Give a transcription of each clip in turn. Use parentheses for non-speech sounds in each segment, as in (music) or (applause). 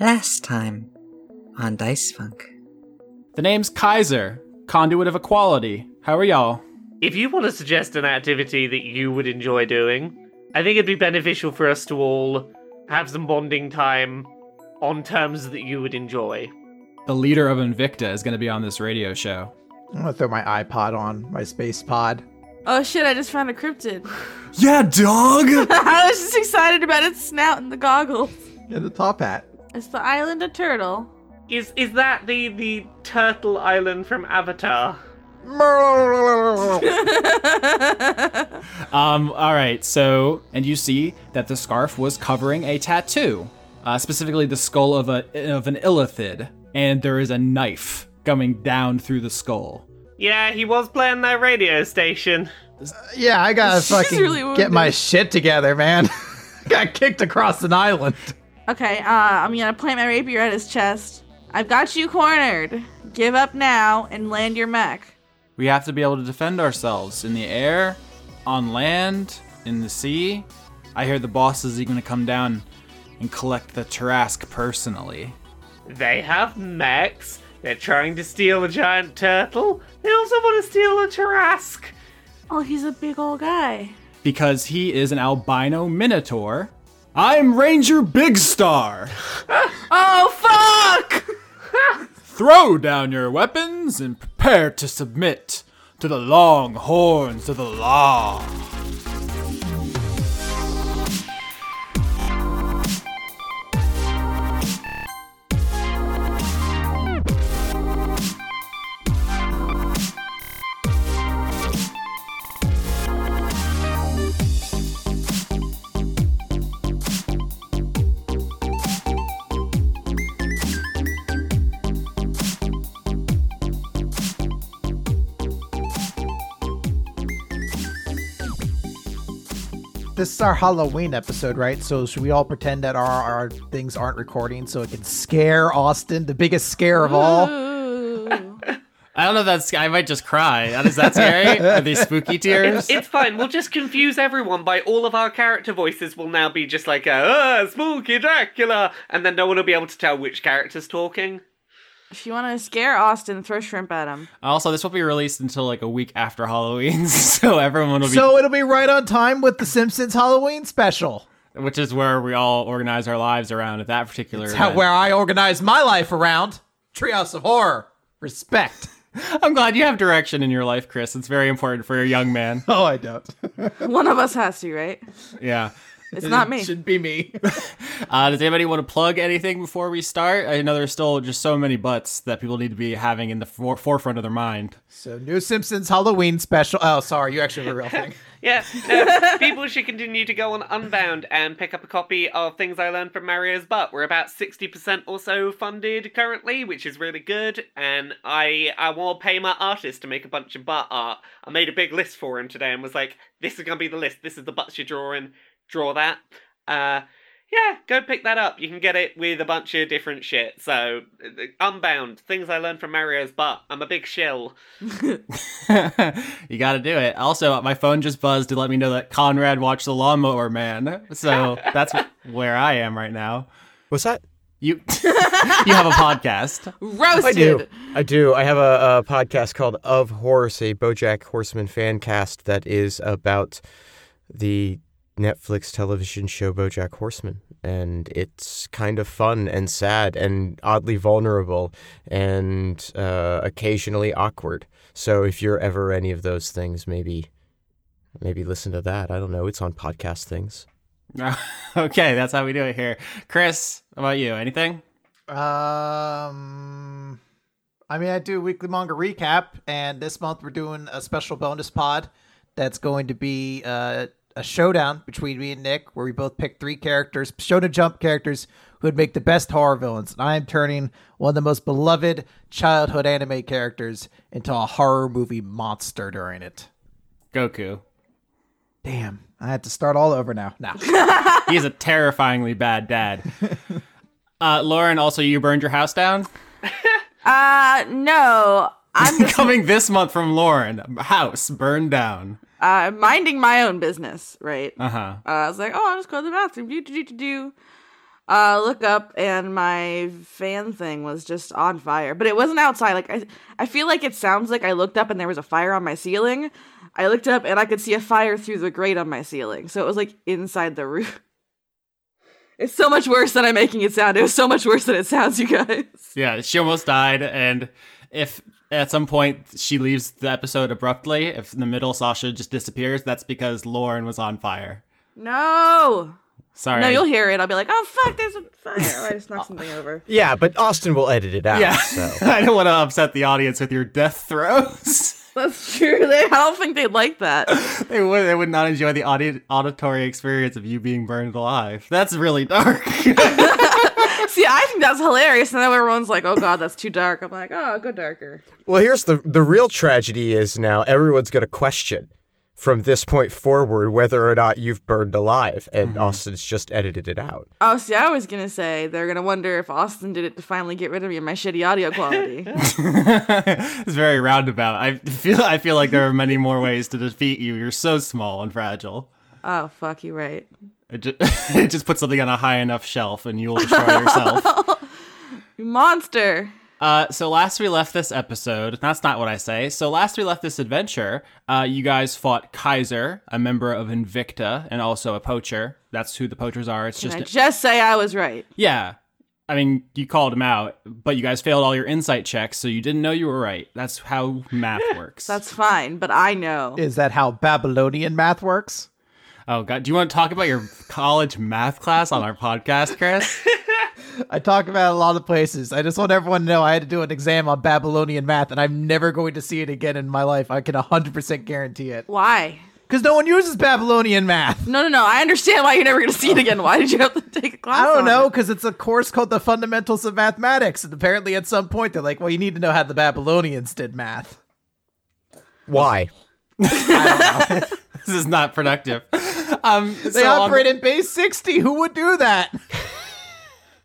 last time on Dice Funk. The name's Kaiser, conduit of equality. How are y'all? If you want to suggest an activity that you would enjoy doing, I think it'd be beneficial for us to all have some bonding time on terms that you would enjoy. The leader of Invicta is going to be on this radio show. I'm gonna throw my iPod on, my space pod. Oh shit, I just found a cryptid. (laughs) Yeah, dog. I was just excited about its snout and the goggles. And the top hat. It's the island of turtle. (laughs) Is is that the the turtle island from Avatar? um. All right. So, and you see that the scarf was covering a tattoo, uh, specifically the skull of a of an illithid, and there is a knife coming down through the skull. Yeah, he was playing that radio station. Yeah, I (laughs) gotta She's fucking really get wounded. my shit together, man. (laughs) Got kicked across an island. Okay, uh, I'm gonna plant my rapier at his chest. I've got you cornered. Give up now and land your mech. We have to be able to defend ourselves in the air, on land, in the sea. I hear the boss is going to come down and collect the Tarask personally. They have mechs. They're trying to steal a giant turtle. They also want to steal a Tarask. Oh, he's a big old guy. because he is an albino minotaur. I'm Ranger Big (laughs) Star. Oh fuck! (laughs) Throw down your weapons and prepare to submit to the long horns of the law. This is our Halloween episode, right? So should we all pretend that our, our things aren't recording so it can scare Austin, the biggest scare of all? Ooh. I don't know if that's. I might just cry. Is (laughs) that scary? Are these spooky tears? It's fine. We'll just confuse everyone by all of our character voices will now be just like a "Ah, spooky Dracula, and then no one will be able to tell which character's talking. if you want to scare Austin, throw shrimp at him. Also, this won't be released until like a week after Halloween, (laughs) so everyone will be. So it'll be right on time with the Simpsons Halloween special. which is where we all organize our lives around at that particular. That's how- event. where I organize my life around. Treehouse of Horror. Respect. I'm glad you have direction in your life, Chris. It's very important for a young man. Oh, I don't. One of us has to, right? Yeah. It's not me. Should be me. Uh, does anybody want to plug anything before we start? I know there's still just so many butts that people need to be having in the for- forefront of their mind. so new Simpsons Halloween special. Oh, sorry, you actually have a real thing. Yeah, no, people should continue to go on Unbound and pick up a copy of Things I Learned from Mario's Butt. We're about 60% or so funded currently, which is really good, and I I want to pay my artist to make a bunch of butt art. I made a big list for him today and was like, this is going to be the list. This is the butts you're drawing. Draw that. Uh, yeah, go pick that up. You can get it with a bunch of different shit. So, uh, Unbound, Things I Learned from Mario's Butt. I'm a big shill. you got to do it. Also, uh, my phone just buzzed to let me know that Conrad watched The Lawnmower Man. So that's where I am right now. What's that? You (laughs) you have a podcast. Roasted. I do. I do. I have a, a podcast called Of Horse, a BoJack Horseman fan cast that is about the Netflix television show BoJack Horseman, and it's kind of fun and sad and oddly vulnerable and uh, occasionally awkward. So if you're ever any of those things, maybe maybe listen to that. I don't know. It's on podcast things. okay, that's how we do it here. Chris, how about you? Anything? Um, I mean, I do a weekly manga recap, and this month we're doing a special bonus pod that's going to be uh, a showdown between me and Nick, where we both pick three characters, Shonen Jump characters, who would make the best horror villains. And I am turning one of the most beloved childhood anime characters into a horror movie monster during it. Goku. Damn, I had to start all over now. Now, He's a terrifyingly bad dad. Uh, Lauren, also, you burned your house down? Uh, no. (laughs) I'm just Coming this month from Lauren. House burned down. uh, minding my own business, right? Uh huh. Uh, I was like, oh, I'll just go to the bathroom. Do, do, do, do, do. uh, look up, and my fan thing was just on fire, but it wasn't outside. Like I, I feel like it sounds like I looked up and there was a fire on my ceiling. I looked up and I could see a fire through the grate on my ceiling, so it was like inside the roof. (laughs) It's so much worse than I'm making it sound. It was so much worse than it sounds, you guys. Yeah, she almost died, and if at some point she leaves the episode abruptly, if in the middle Sasha just disappears, that's because Lauren was on fire. No. Sorry. No, (laughs) you'll hear it. I'll be like, oh fuck, there's a fire. Oh, I just knocked something over. Yeah, but Austin will edit it out. yeah, So. I don't want to upset the audience with your death throes. (laughs) That's true. They, I don't think they'd like (laughs) that. they would they would not enjoy the audi- auditory experience of you being burned alive. That's really dark. (laughs) See, I think that's hilarious. And then everyone's like, oh god, that's too dark. I'm like, oh, go darker. Well, here's the the real tragedy is now everyone's going to question from this point forward whether or not you've burned alive, and Mm-hmm. Austin's just edited it out. Oh, see, I was gonna say they're gonna wonder if Austin did it to finally get rid of me and my shitty audio (laughs) quality. it's very roundabout. I feel I feel like there are many more ways to defeat you. You're so small and fragile. oh fuck, you right. It just, (laughs) it just puts something on a high enough shelf and you'll destroy yourself. You monster. Uh, so last we left this episode, that's not what I say. So last we left this adventure, uh, you guys fought Kaiser, a member of Invicta, and also a poacher. That's who the poachers are. It's Can just I just say I was right? yeah. I mean, you called him out, but you guys failed all your insight checks, so you didn't know you were right. That's how math works. That's fine, but I know. Is that how Babylonian math works? oh god, do you want to talk about your college math class on our podcast, Chris? I talk about it a lot of places. I just want everyone to know I had to do an exam on Babylonian math, and I'm never going to see it again in my life. I can 100% guarantee it. Why? Because no one uses Babylonian math. No, no, no. I understand why you're never gonna see Oh. it again. Why did you have to take a class? I don't on know, it? because it's a course called the Fundamentals of Mathematics. And apparently, at some point, they're like, well, you need to know how the Babylonians did (laughs) math. Why? this is not productive. Um, They operate in base 60. Who would do that?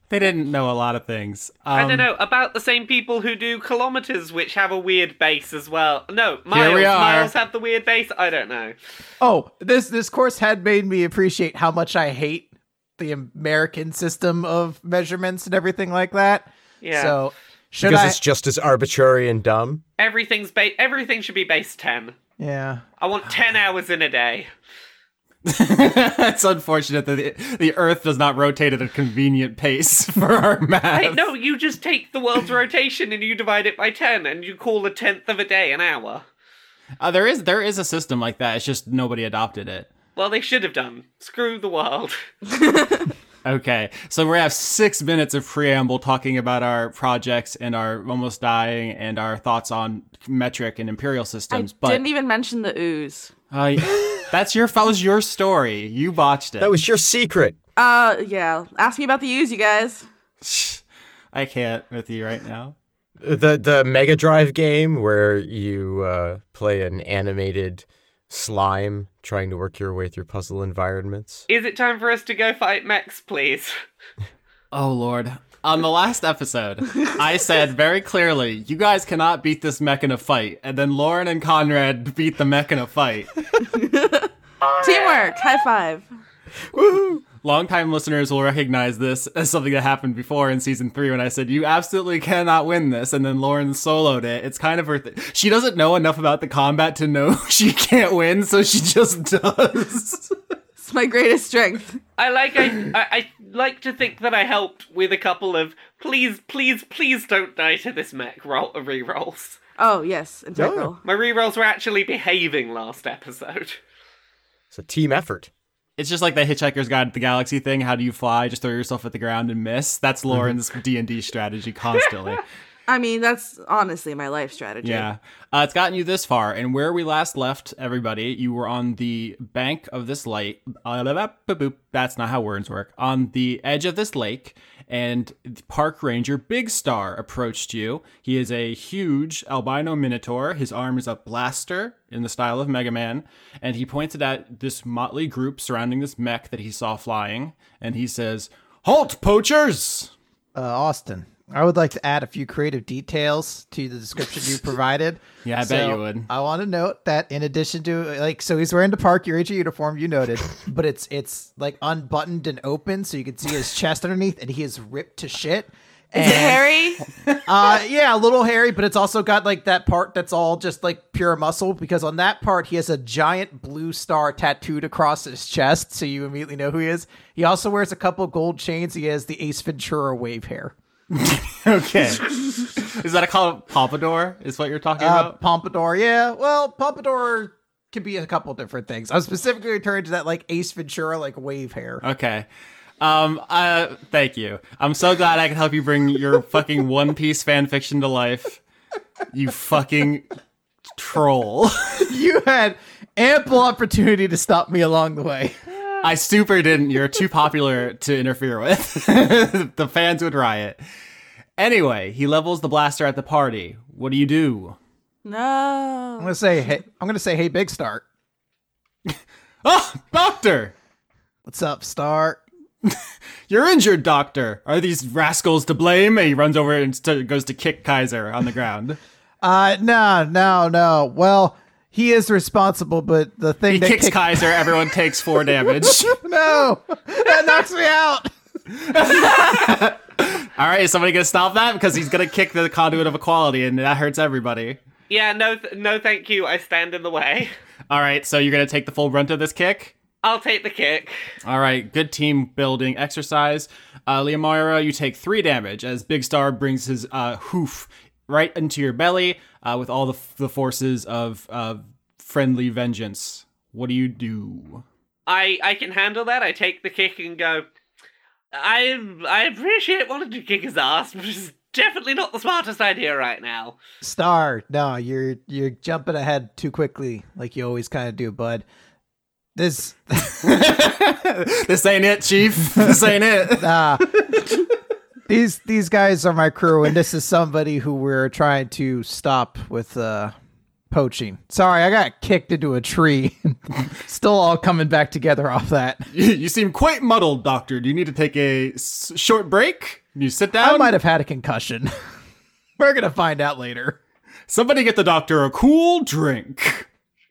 they didn't know a lot of things. I Um, don't know. About the same people who do kilometers, which have a weird base as well. No, Here miles. we are. Miles have the weird base. I don't know. Oh, this this course had made me appreciate how much I hate the American system of measurements and everything like that. Yeah. So should Because I? it's just as arbitrary and dumb. Everything's ba- Everything should be base ten. yeah. I (sighs) want ten hours in a day. (laughs) it's unfortunate that the, the Earth does not rotate at a convenient pace (laughs) for our math. Hey, no, you just take the world's rotation and you divide it by ten, and you call a tenth of a day an hour. Uh, there is there is a system like that. It's just nobody adopted it. Well, they should have done. Screw the world. (laughs) Okay, so we have six minutes of preamble talking about our projects and our almost dying and our thoughts on metric and imperial I systems. but didn't e- even mention the ooze. uh, that's your that was your story. You botched it. That was your secret. Uh, yeah. Ask me about the ooze, you guys. I can't with you right now. The the Mega Drive game where you uh, play an animated slime trying to work your way through puzzle environments. Is it time for us to go fight Max, please? Oh lord. On the last episode, I said very clearly, you guys cannot beat this mech in a fight. And then Lauren and Conrad beat the mech in a fight. Teamwork. High five. Longtime listeners will recognize this as something that happened before in season three when I said, You absolutely cannot win this. And then Lauren soloed it. It's kind of her thing. She doesn't know enough about the combat to know (laughs) she can't win, so she just does. It's my greatest strength. I like I, (sighs) I I like to think that I helped with a couple of please please please don't die to this mech roll rerolls. Oh yes, and tackle. My rerolls were actually behaving last episode. (laughs) It's a team effort. it's just like the Hitchhiker's Guide to the Galaxy thing. How do you fly? Just throw yourself at the ground and miss. That's Lauren's D&D strategy constantly. I mean, that's honestly my life strategy. Yeah. Uh, it's gotten you this far. And where we last left everybody, you were on the bank of this lake. Uh, da- da- boop, boop. That's not how words work. On the edge of this lake, and the park ranger Big Star approached you. He is a huge albino minotaur. His arm is a blaster in the style of Mega Man. And he pointed at this motley group surrounding this mech that he saw flying. And he says, Halt, poachers! (laughs) Uh, Austin, I would like to add a few creative details to the description (laughs) you provided. Yeah, I bet you would. I want to note that in addition to like, so he's wearing the Park Eurasia uniform, (laughs) you noted, but it's it's like unbuttoned and open, so you can see his chest underneath, and he is ripped to shit. Is it hairy? Uh, yeah, a little hairy, but it's also got like that part that's all just like pure muscle because on that part he has a giant blue star tattooed across his chest, so you immediately know who he is. He also wears a couple gold chains. He has the Ace Ventura wave hair. Okay. Is that a call of pompadour? Is what you're talking Uh, about? Pompadour, yeah. Well, Pompadour could be a couple different things. I'm specifically referring to that like Ace Ventura like wave hair. Okay. Um. Uh. Thank you. I'm so glad I could help you bring your fucking One Piece fan fiction to life. You fucking troll. (laughs) you had ample opportunity to stop me along the way. (laughs) I super didn't. You're too popular to interfere with. (laughs) the fans would riot. Anyway, he levels the blaster at the party. What do you do? I'm No. gonna say hey I'm gonna say hey big start. Oh, doctor! What's up, Star? You're injured, doctor. Are these rascals to blame? And he runs over and st- goes to kick Kaiser on the ground. Uh no, no, no. Well, he is responsible, but the thing He that kicks kicked- Kaiser. Everyone takes four damage. (laughs) No! that knocks me out. (laughs) All right, is somebody gonna stop that because he's gonna kick the conduit of equality, and that hurts everybody. Yeah, no, th- no, thank you. I stand in the way. (laughs) All right, so you're gonna take the full brunt of this kick. I'll take the kick. All right, good team building exercise. Uh, Leomira, you take three damage as Big Star brings his uh, hoof right into your belly uh, with all the, the forces of uh, friendly vengeance. What do you do? (laughs) I I can handle that. I take the kick and go. I I appreciate wanting to kick his ass, but it's definitely not the smartest idea right now. Star, no, you're you're jumping ahead too quickly, like you always kinda do, bud. This this ain't it, Chief. This ain't it. uh, these these guys are my crew, and this is somebody who we're trying to stop with uh, poaching. Sorry, I got kicked into a tree. (laughs) Still all coming back together off that. you, you seem quite muddled, Doctor. Do you need to take a s- short break? Can You sit down. I might have had a concussion. (laughs) we're gonna find out later. Somebody get the doctor a cool drink.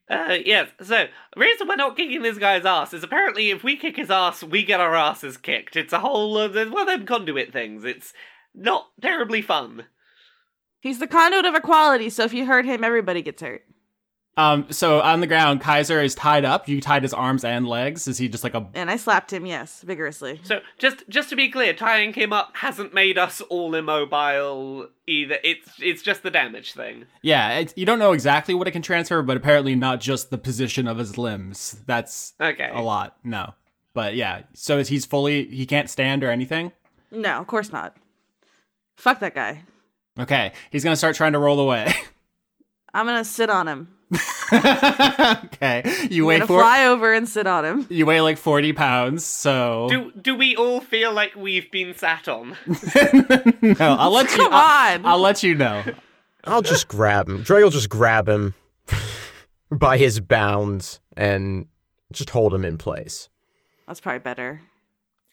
Uh, yes. So the reason we're not kicking this guy's ass is apparently if we kick his ass, we get our asses kicked. It's a whole uh, there's one of them conduit things. It's not terribly fun. He's the conduit of equality, so if you hurt him, everybody gets hurt. Um, so on the ground, Kaiser is tied up. You tied his arms and legs. Is he just like a? And I slapped him, yes, vigorously. So just just to be clear, tying him up hasn't made us all immobile either. It's it's just the damage thing. Yeah, it, you don't know exactly what it can transfer, but apparently not just the position of his limbs. That's Okay. a lot. No, but yeah. So is he's fully. He can't stand or anything. No, of course not. Fuck that guy. Okay, he's gonna start trying to roll away. (laughs) I'm gonna sit on him. okay, you I'm weigh gonna for fly over and sit on him. (laughs) you weigh like forty pounds. So Do do we all feel like we've been sat on? (laughs) no, I'll (laughs) let you. Come I'll, on. I'll let you know. I'll just grab him. Dre will just grab him (laughs) by his bounds and just hold him in place. That's probably better.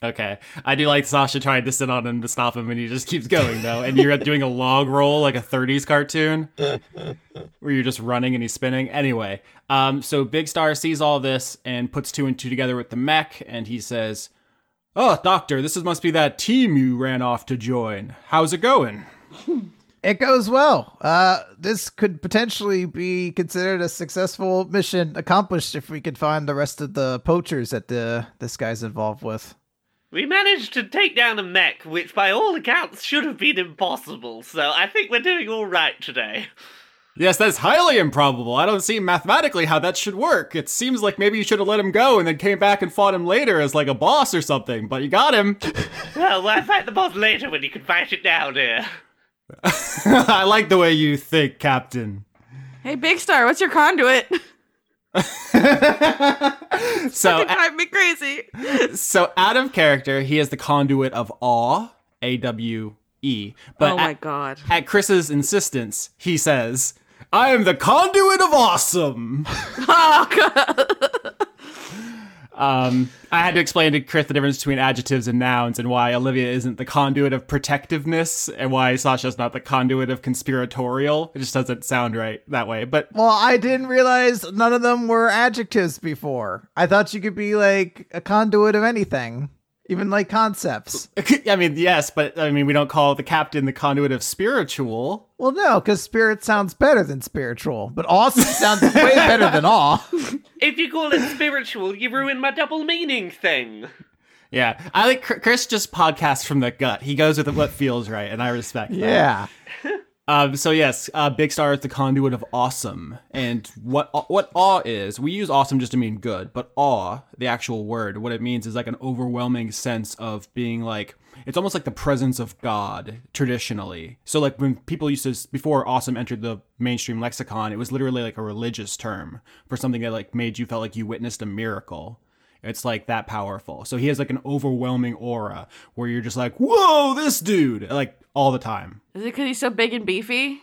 Okay. I do like Sasha trying to sit on him to stop him, and he just keeps going, though. And you're doing a log roll like a 30s cartoon where you're just running and he's spinning. Anyway, um, so Big Star sees all this and puts two and two together with the mech, and he says, Oh, Doctor, this is, must be that team you ran off to join. How's it going? It goes well. Uh, this could potentially be considered a successful mission accomplished if we could find the rest of the poachers that the this guy's involved with. We managed to take down a mech, which by all accounts should have been impossible. So I think we're doing all right today. Yes, that's highly improbable. I don't see mathematically how that should work. It seems like maybe you should have let him go and then came back and fought him later as like a boss or something, but you got him. Well, we'll fight the boss later when you can fight it down here. (laughs) I like the way you think, Captain. Hey, Big Star, what's your conduit? (laughs) Oh, (laughs) So, Drive me crazy. so out of character, he is the conduit of awe, A W E. But oh at- my (laughs) god. at Chris's insistence, he says, "I am the conduit of awesome." Oh god. Um, I had to explain to Chris the difference between adjectives and nouns and why Olivia isn't the conduit of protectiveness and why Sasha's not the conduit of conspiratorial. It just doesn't sound right that way. But (laughs) Well, I didn't realize none of them were adjectives before. I thought you could be like a conduit of anything, even like concepts. I mean, yes, but I mean, we don't call the captain the conduit of spiritual. Well, no, because spirit sounds better than spiritual, but awesome sounds way better than awe. If you call it spiritual, you ruin my double meaning thing. Yeah, I like Chr- Chris just podcasts from the gut. He goes with what feels right, and I respect. that. Yeah. Um, so yes, uh, Big Star is the conduit of awesome, and what uh, what awe is, we use awesome just to mean good, but awe, the actual word, what it means is like an overwhelming sense of being like it's almost like the presence of God traditionally. So like when people used to before awesome entered the mainstream lexicon, it was literally like a religious term for something that like made you felt like you witnessed a miracle. It's like that powerful. So he has like an overwhelming aura where you're just like, whoa, this dude, like all the time Is it because he's so big and beefy?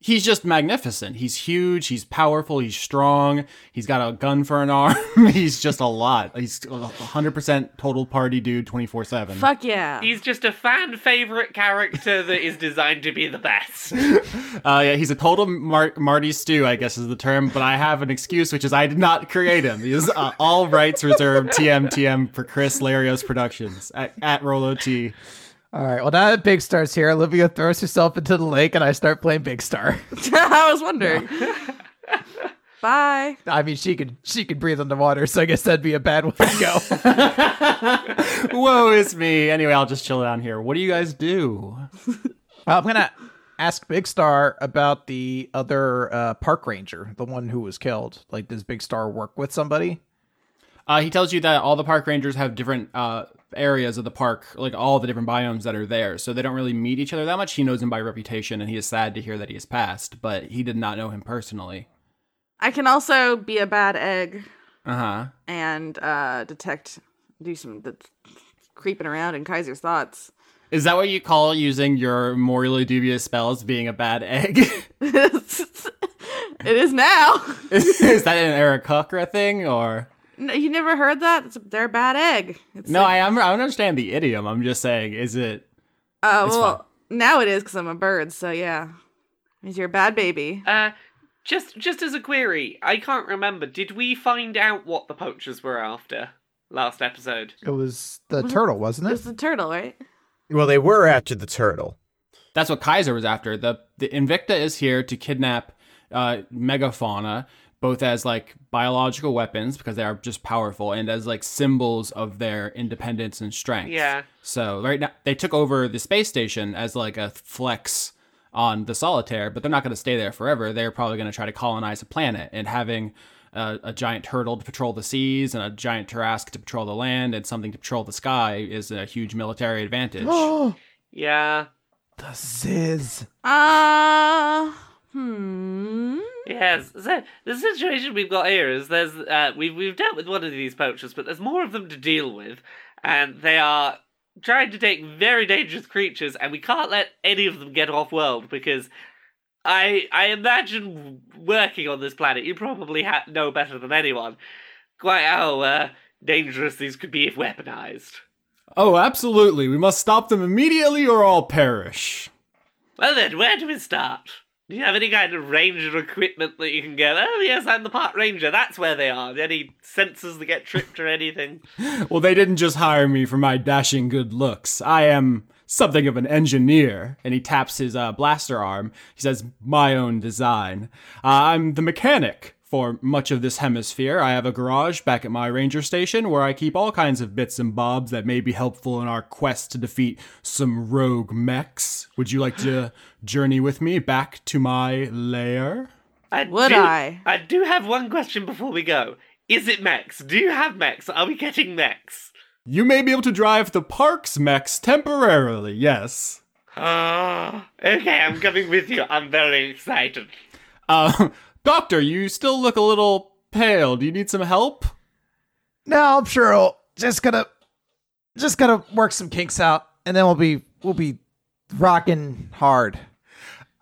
he's just magnificent. He's huge. He's powerful. He's strong. He's got a gun for an (laughs) arm. he's just a lot. He's a 100% total party dude 24 7. Fuck yeah. He's just a fan favorite character that is designed to be the best. Uh, yeah, he's a total Mar- Marty Stew, I guess is the term, but I have an excuse, which is I did not create him. He's uh, all rights reserved TM TM for Chris Larios Productions at, at Rolo T. All right. Well, now that Big Star's here, Olivia throws herself into the lake, and I start playing Big Star. (laughs) I was wondering. (laughs) Bye. I mean, she could she could breathe underwater, so I guess that'd be a bad way to go. Woe is me. Anyway, I'll just chill down here. What do you guys do? well, I'm gonna ask Big Star about the other uh, park ranger, the one who was killed. Like, does Big Star work with somebody? Uh, he tells you that all the park rangers have different uh, areas of the park, like all the different biomes that are there. So they don't really meet each other that much. He knows him by reputation, and he is sad to hear that he has passed, but he did not know him personally. I can also be a bad egg Uh huh. and uh, detect, do some d- creeping around in Kaiser's thoughts. (laughs) Is that what you call using your morally dubious spells being a bad egg? (laughs) it is now. is, is that an Eric Cochra thing, or No, you never heard that? It's, they're a bad egg. It's no? I am. I understand the idiom. I'm just saying, is it? Uh, It's well, now it is because I'm a bird, so yeah. Means you're a bad baby. Uh, just just as a query, I can't remember. Did we find out what the poachers were after last episode? It was the turtle, wasn't It's the turtle, right? Well, they were after the turtle. That's what Kaiser was after. The the Invicta is here to kidnap uh, megafauna, both as like biological weapons because they are just powerful, and as like symbols of their independence and strength. Yeah. So right now they took over the space station as like a flex on the solitaire, but they're not going to stay there forever. They're probably going to try to colonize a planet, and having a, a giant turtle to patrol the seas and a giant Tarrasque to patrol the land and something to patrol the sky is a huge military (gasps) advantage. (gasps) Oh, Yeah. the Ziz. Uh, hmm. Yes. So the situation we've got here is there's uh, we've we've dealt with one of these poachers, but there's more of them to deal with, and they are trying to take very dangerous creatures, and we can't let any of them get off world because. I I imagine working on this planet, you probably ha- know better than anyone quite how uh, dangerous these could be if weaponized. Oh, absolutely. We must stop them immediately or all perish. Well then, where do we start? Do you have any kind of ranger equipment that you can go, oh yes, I'm the park ranger, that's where they are. Any sensors that get tripped or anything? Well, they didn't just hire me for my dashing good looks. I am something of an engineer. And he taps his uh, blaster arm. He says, My own design. Uh, I'm the mechanic for much of this hemisphere. I have a garage back at my ranger station where I keep all kinds of bits and bobs that may be helpful in our quest to defeat some rogue mechs. Would you like to journey with me back to my lair? I Would do, I? I do have one question before we go. Is it Max? Do you have Max? Are we getting Max? You may be able to drive the park's mechs temporarily, yes. Ah, okay, I'm coming with you. I'm very excited. Uh, (laughs) doctor, you still look a little pale. Do you need some help? No, I'm sure it'll just gonna just gonna work some kinks out, and then we'll be we'll be rocking hard.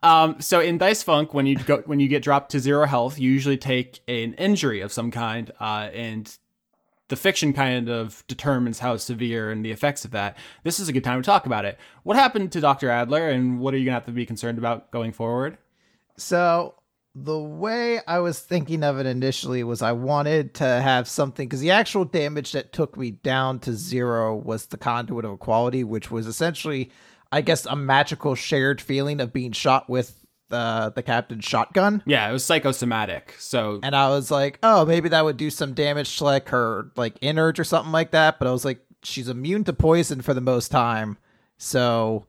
Um, so in Dice Funk, when you go when you get dropped to zero health, you usually take an injury of some kind, uh, and the fiction kind of determines how severe and the effects of that. This is a good time to talk about it. What happened to Dr. Adler and what are you going to have to be concerned about going forward? So the way I was thinking of it initially was I wanted to have something because the actual damage that took me down to zero was the conduit of equality, which was essentially, I guess, a magical shared feeling of being shot with uh, the captain's shotgun. Yeah, it was psychosomatic. So And I was like, oh, maybe that would do some damage to like her like innards or something like that. But I was like, she's immune to poison for the most time. So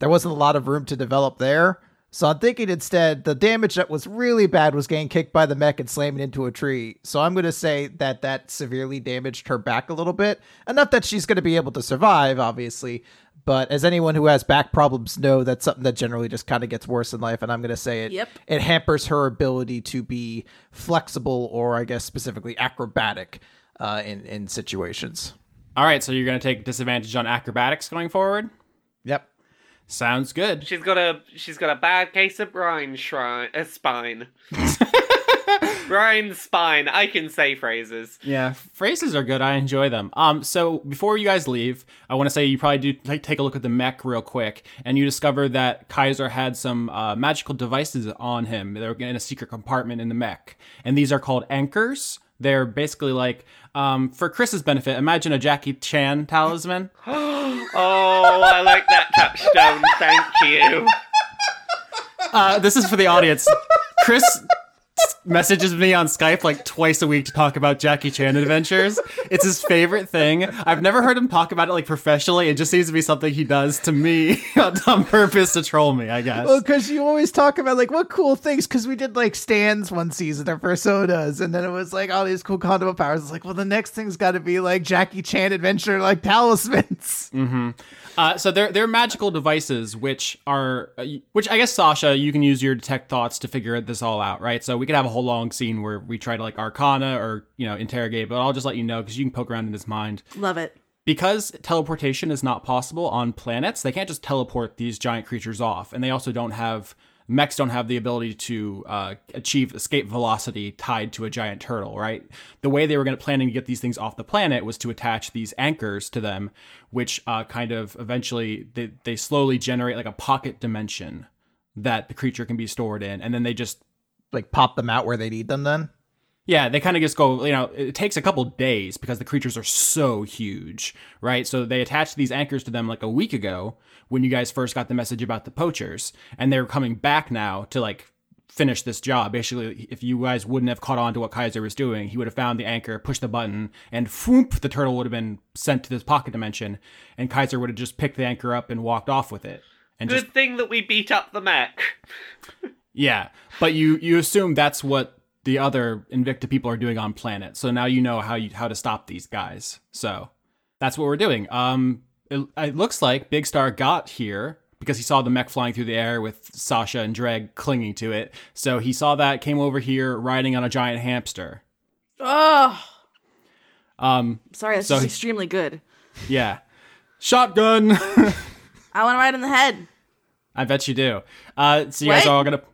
there wasn't a lot of room to develop there. So I'm thinking instead the damage that was really bad was getting kicked by the mech and slamming into a tree. So I'm going to say that that severely damaged her back a little bit, enough that she's going to be able to survive, obviously. But as anyone who has back problems know, that's something that generally just kind of gets worse in life. And I'm going to say it Yep. it hampers her ability to be flexible or, I guess, specifically acrobatic uh, in in situations. all right, so you're going to take disadvantage on acrobatics going forward? Yep. Sounds good. She's got a she's got a bad case of Brian shrine uh, spine. Brian spine. I can say phrases. Yeah, phrases are good. I enjoy them. Um, so before you guys leave, I want to say you probably do like take a look at the mech real quick, and you discover that Kaiser had some uh, magical devices on him. They were in a secret compartment in the mech, and these are called anchors. They're basically like, um, for Chris's benefit, imagine a Jackie Chan talisman. Oh, I like that touchstone. Thank you. Uh, this is for the audience. Chris messages me on Skype like twice a week to talk about Jackie Chan adventures. It's his favorite thing. I've never heard him talk about it like professionally. It just seems to be something he does to me (laughs) on purpose to troll me, I guess. Well, because you always talk about like what cool things. Because we did like stands one season of personas, and then it was like all these cool conduit powers. It's like, well, the next thing's got to be like Jackie Chan adventure, like talismans. Uh, so they're they're magical devices, which are uh, which I guess Sasha, you can use your detect thoughts to figure this all out, right? So we could have a whole long scene where we try to like Arcana or you know interrogate, but I'll just let you know because you can poke around in his mind. Love it. because teleportation is not possible on planets, they can't just teleport these giant creatures off, and they also don't have mechs don't have the ability to uh, achieve escape velocity tied to a giant turtle. Right? The way they were going to planning to get these things off the planet was to attach these anchors to them, which uh, kind of eventually they they slowly generate like a pocket dimension that the creature can be stored in, and then they just Like pop them out where they need them. Then yeah, they kind of just go, you know, it takes a couple days because the creatures are so huge, right? So they attached these anchors to them like a week ago when you guys first got the message about the poachers, and they're coming back now to like finish this job. Basically, if you guys wouldn't have caught on to what Kaiser was doing, he would have found the anchor, pushed the button, and whoop, the turtle would have been sent to this pocket dimension, and Kaiser would have just picked the anchor up and walked off with it. And just Good thing that we beat up the (laughs) mech. yeah, but you you assume that's what the other Invicta people are doing on planet. So now you know how you how to stop these guys. So that's what we're doing. Um, it, it looks like Big Star got here because he saw the mech flying through the air with Sasha and Dreg clinging to it. So he saw that, came over here riding on a giant hamster. Oh, Um, sorry. That's So just he- extremely good. yeah, shotgun. (laughs) I want to ride in the head. I bet you do. Uh, so you guys What? are all gonna. (laughs)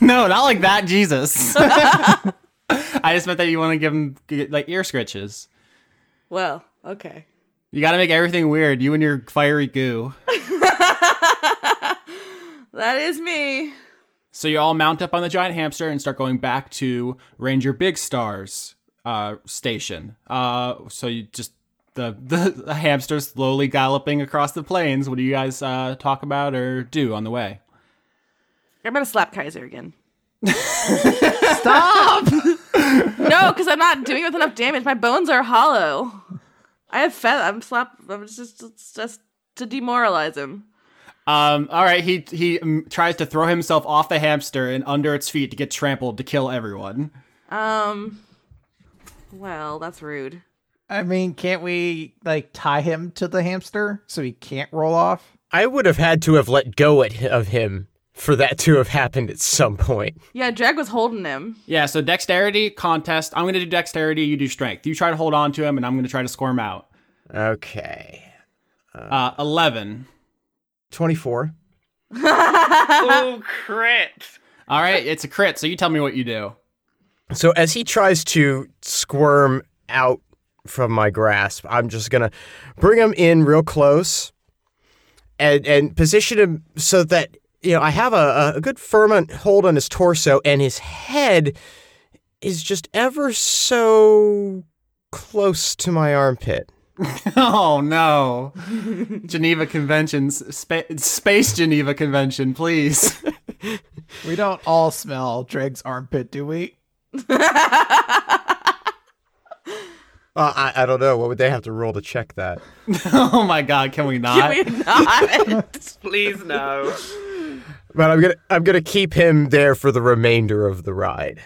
No, not like that, Jesus. (laughs) I just meant that you want to give him like ear scratches. Well, okay. You gotta make everything weird. You and your fiery goo. That is me. So you all mount up on the giant hamster and start going back to Ranger Big Star's uh, station. Uh, so you just the, (laughs) the the hamster slowly galloping across the plains. What do you guys uh, talk about or do on the way? I'm gonna slap Kaiser again. Stop! (laughs) no, because I'm not doing it with enough damage. My bones are hollow. I have feather. I'm slap. I'm just, just just to demoralize him. Um, all right, he he um, tries to throw himself off the hamster and under its feet to get trampled to kill everyone. Um. Well, that's rude. I mean, can't we like tie him to the hamster so he can't roll off? I would have had to have let go at, of him for that to have happened at some point. Yeah, Drag was holding him. (laughs) Yeah, so dexterity contest. I'm gonna do dexterity. You do strength. You try to hold on to him, and I'm gonna try to squirm out. Okay. Uh, Eleven. 24. oh, crit. All right, it's a crit. So you tell me what you do. So as he tries to squirm out from my grasp. I'm just gonna bring him in real close and and position him so that you know I have a, a good firm hold on his torso and his head is just ever so close to my armpit. (laughs) Oh no. Geneva Conventions, spa- Space Geneva Convention, please. (laughs) We don't all smell Dreg's armpit, do we? Uh, I I don't know. What would they have to roll to check that? oh my god, can we not? Can we not? (laughs) (laughs) Please no. But I'm gonna I'm gonna keep him there for the remainder of the ride.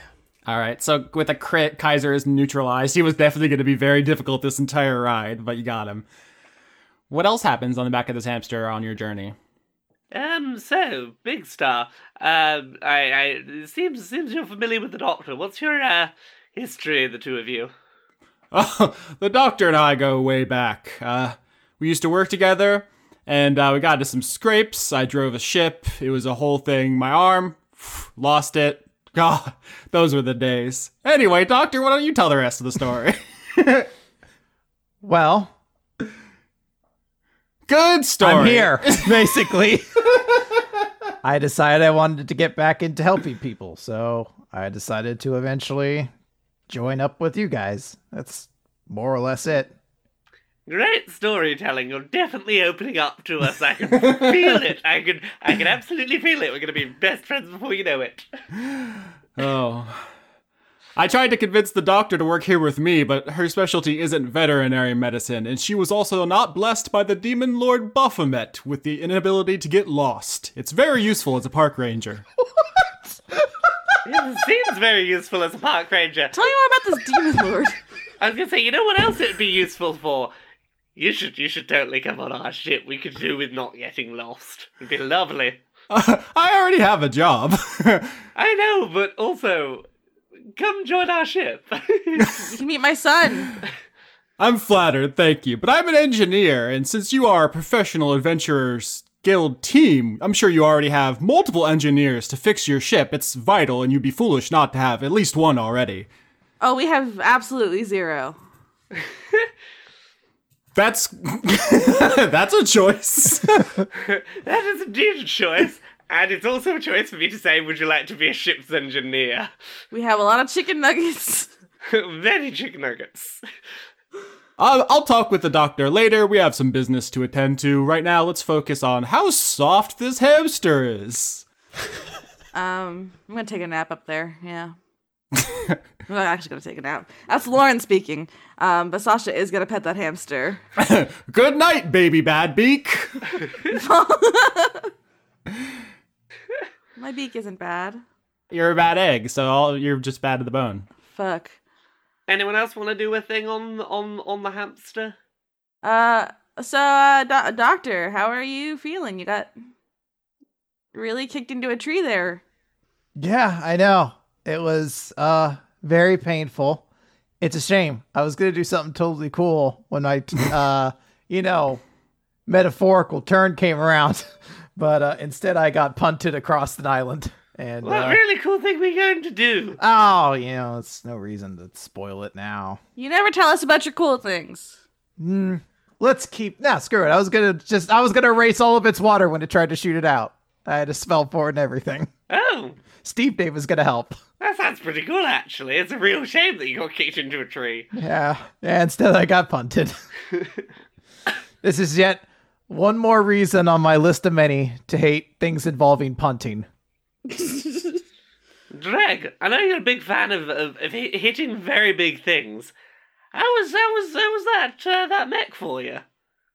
All right. So with a crit, Kaiser is neutralized. He was definitely going to be very difficult this entire ride, but you got him. What else happens on the back of this hamster on your journey? Um. So, Big Star, um, I, I it seems seems you're familiar with the Doctor. What's your uh, history, the two of you? Oh, the doctor and I go way back. Uh, we used to work together, and uh, we got into some scrapes. I drove a ship. It was a whole thing. My arm, lost it. God, those were the days. Anyway, doctor, why don't you tell the rest of the story? (laughs) Well, Good story. (laughs) I'm here, basically. I decided I wanted to get back into helping people, so I decided to eventually join up with you guys. That's more or less it. Great storytelling. You're definitely opening up to us. I (laughs) can feel it. I can I can absolutely feel it. We're gonna be best friends before you know it. (laughs) Oh. I tried to convince the doctor to work here with me, but her specialty isn't veterinary medicine, and she was also not blessed by the demon lord Baphomet with the inability to get lost. It's very useful as a park ranger. It seems very useful as a park ranger. Tell me more about this demon lord. I was gonna say, you know what else it'd be useful for? You should you should totally come on our ship. We could do with not getting lost. It'd be lovely. I already have a job. (laughs) I know, but also come join our ship. (laughs) You can meet my son. I'm flattered, thank you, but I'm an engineer, and since you are a professional adventurers guild team, I'm sure you already have multiple engineers to fix your ship. It's vital, and you'd be foolish not to have at least one already. Oh, we have absolutely zero. That's (laughs) that's a choice. (laughs) that is indeed a choice. And it's also a choice for me to say, would you like to be a ship's engineer? (laughs) We have a lot of chicken nuggets. Many chicken nuggets. I'll, I'll talk with the doctor later. We have some business to attend to. Right now, let's focus on how soft this hamster is. (coughs) Um, I'm gonna take a nap up there. Yeah. I'm not actually gonna take a nap. That's Lauren speaking. Um, but Sasha is gonna pet that hamster. (laughs) Good night, baby bad beak. My beak isn't bad. You're a bad egg, so all, you're just bad to the bone. Fuck. Anyone else want to do a thing on on on the hamster? Uh, so uh, do- doctor, how are you feeling? You got really kicked into a tree there. Yeah, I know. It was uh very painful. It's a shame. I was gonna do something totally cool when my uh you know metaphorical turn came around, (laughs) but uh, instead I got punted across an island. And What uh, really cool thing we going to do? oh, you know, it's no reason to spoil it now. You never tell us about your cool things. Let's keep. Nah, screw it. I was gonna just. I was gonna erase all of its water when it tried to shoot it out. I had a spell for it and everything. Oh, Steve Dave was gonna help. that sounds pretty cool actually. It's a real shame that you got kicked into a tree. Yeah. yeah instead, I got (laughs) punted. this is yet one more reason on my list of many to hate things involving punting. Dreg, I know you're a big fan of, of, of hi- hitting very big things. How was how was how was that uh, that mech for you?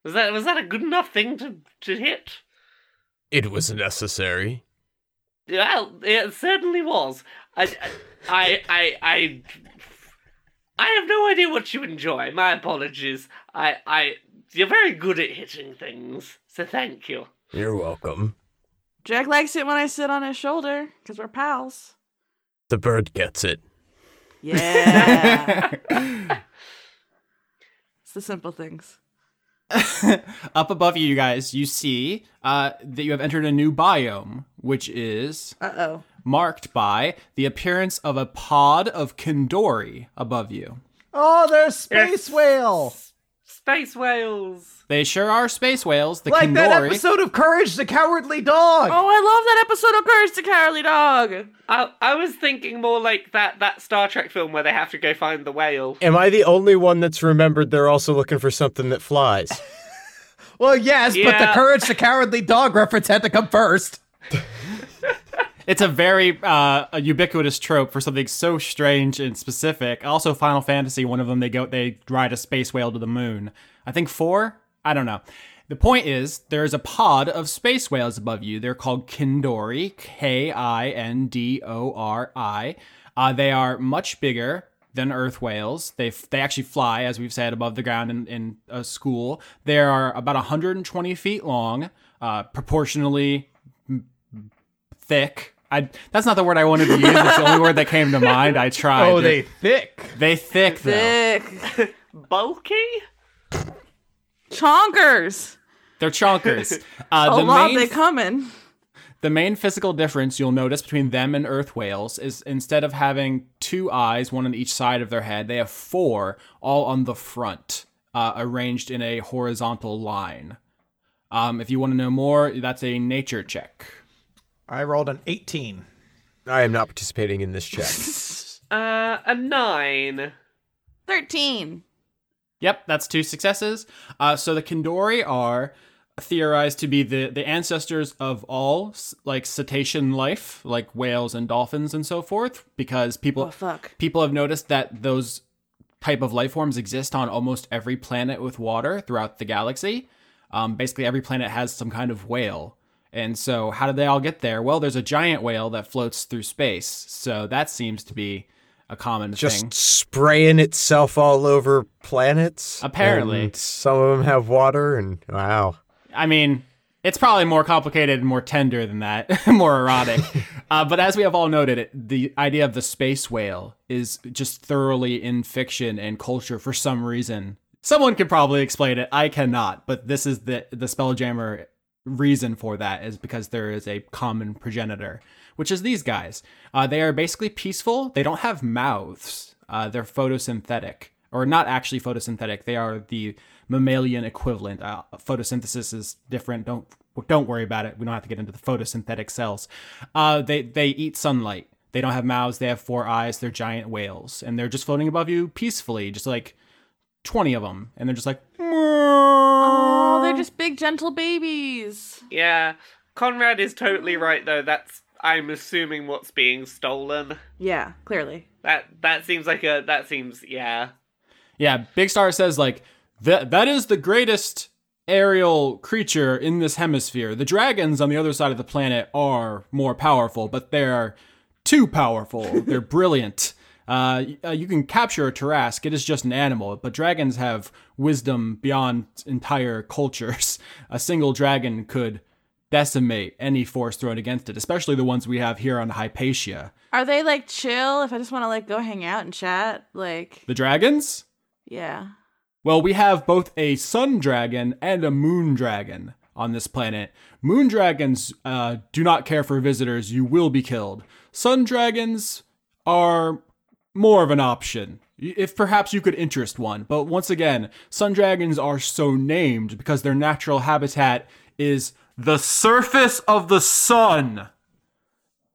Was that was that a good enough thing to to hit? It was necessary. Well, it certainly was. I, I, I, I, I have no idea what you enjoy. My apologies. I, I, you're very good at hitting things, so thank you. You're welcome. Jack likes it when I sit on his shoulder because we're pals. The bird gets it. Yeah. it's the simple things. (laughs) Up above you, you guys, you see uh, that you have entered a new biome, which is Uh oh. marked by the appearance of a pod of Kendori above you. Oh, there's Yes. space whale. Space whales. They sure are space whales. The Like that Kinori. episode of Courage the Cowardly Dog. Oh, I love that episode of Courage the Cowardly Dog. I I was thinking more like that that Star Trek film where they have to go find the whale. Am I the only one that's remembered they're also looking for something that flies? Well, yes, but the Yeah. Courage the Cowardly Dog reference had to come first. It's a very uh, a ubiquitous trope for something so strange and specific. Also, Final Fantasy, one of them, they go they ride a space whale to the moon. I think four. I don't know. The point is, there is a pod of space whales above you. They're called Kindori, K I N D O R I. Uh, they are much bigger than earth whales. They f- they actually fly, as we've said, above the ground in, in a school. They are about 120 feet long, uh, proportionally thick. I that's not the word I wanted to use. It's the only word that came to mind. I tried. Oh, they thick. they thick though. Thick. Bulky? Chonkers. They're (laughs) chonkers. Uh, A the lot main Oh, they coming. the main physical difference you'll notice between them and earth whales is instead of having two eyes, one on each side of their head, they have four, all on the front, uh, arranged in a horizontal line. Um, if you want to know more, that's a nature check. I rolled an 18. (laughs) I am not participating in this (laughs) check. Uh, a nine. 13. Yep, that's two successes. Uh, so the Kindori are theorized to be the, the ancestors of all s- like cetacean life, like whales and dolphins and so forth, because people Oh, fuck. people have noticed that those type of life forms exist on almost every planet with water throughout the galaxy. Um, basically, every planet has some kind of whale. And so, how did they all get there? Well, there's a giant whale that floats through space. So that seems to be a common Just thing. spraying itself all over planets. Apparently. and some of them have water, and wow. I mean, it's probably more complicated and more tender than that, (laughs) more erotic. uh, but as we have all noted, it, the idea of the space whale is just thoroughly in fiction and culture for some reason. Someone could probably explain it. I cannot, but this is the the Spelljammer reason for that is because there is a common progenitor, which is these guys. Uh, they are basically peaceful. They don't have mouths. Uh, they're photosynthetic, or not actually photosynthetic. They are the mammalian equivalent. Uh, photosynthesis is different. Don't don't worry about it. We don't have to get into the photosynthetic cells. Uh, they they eat sunlight. They don't have mouths. They have four eyes. They're giant whales, and they're just floating above you peacefully, just like twenty of them, and they're just like. Oh, they're just big, gentle babies. Yeah. Conrad is totally right though. That's I'm assuming what's being stolen. Yeah, clearly. That that seems like a that seems yeah. Yeah, Big Star says like that that is the greatest aerial creature in this hemisphere. The dragons on the other side of the planet are more powerful, but they're too powerful. they're brilliant. Uh, y- uh, you can capture a Tarrasque. It is just an animal, but dragons have wisdom beyond entire cultures. (laughs) A single dragon could decimate any force thrown against it, especially the ones we have here on Hypatia. Are they like chill if I just want to like go hang out and chat? Like, The dragons? yeah. Well, we have both a sun dragon and a moon dragon on this planet. Moon dragons uh, do not care for visitors. You will be killed. Sun dragons are more of an option. Y- If perhaps you could interest one. But once again, sun dragons are so named because their natural habitat is the surface of the sun.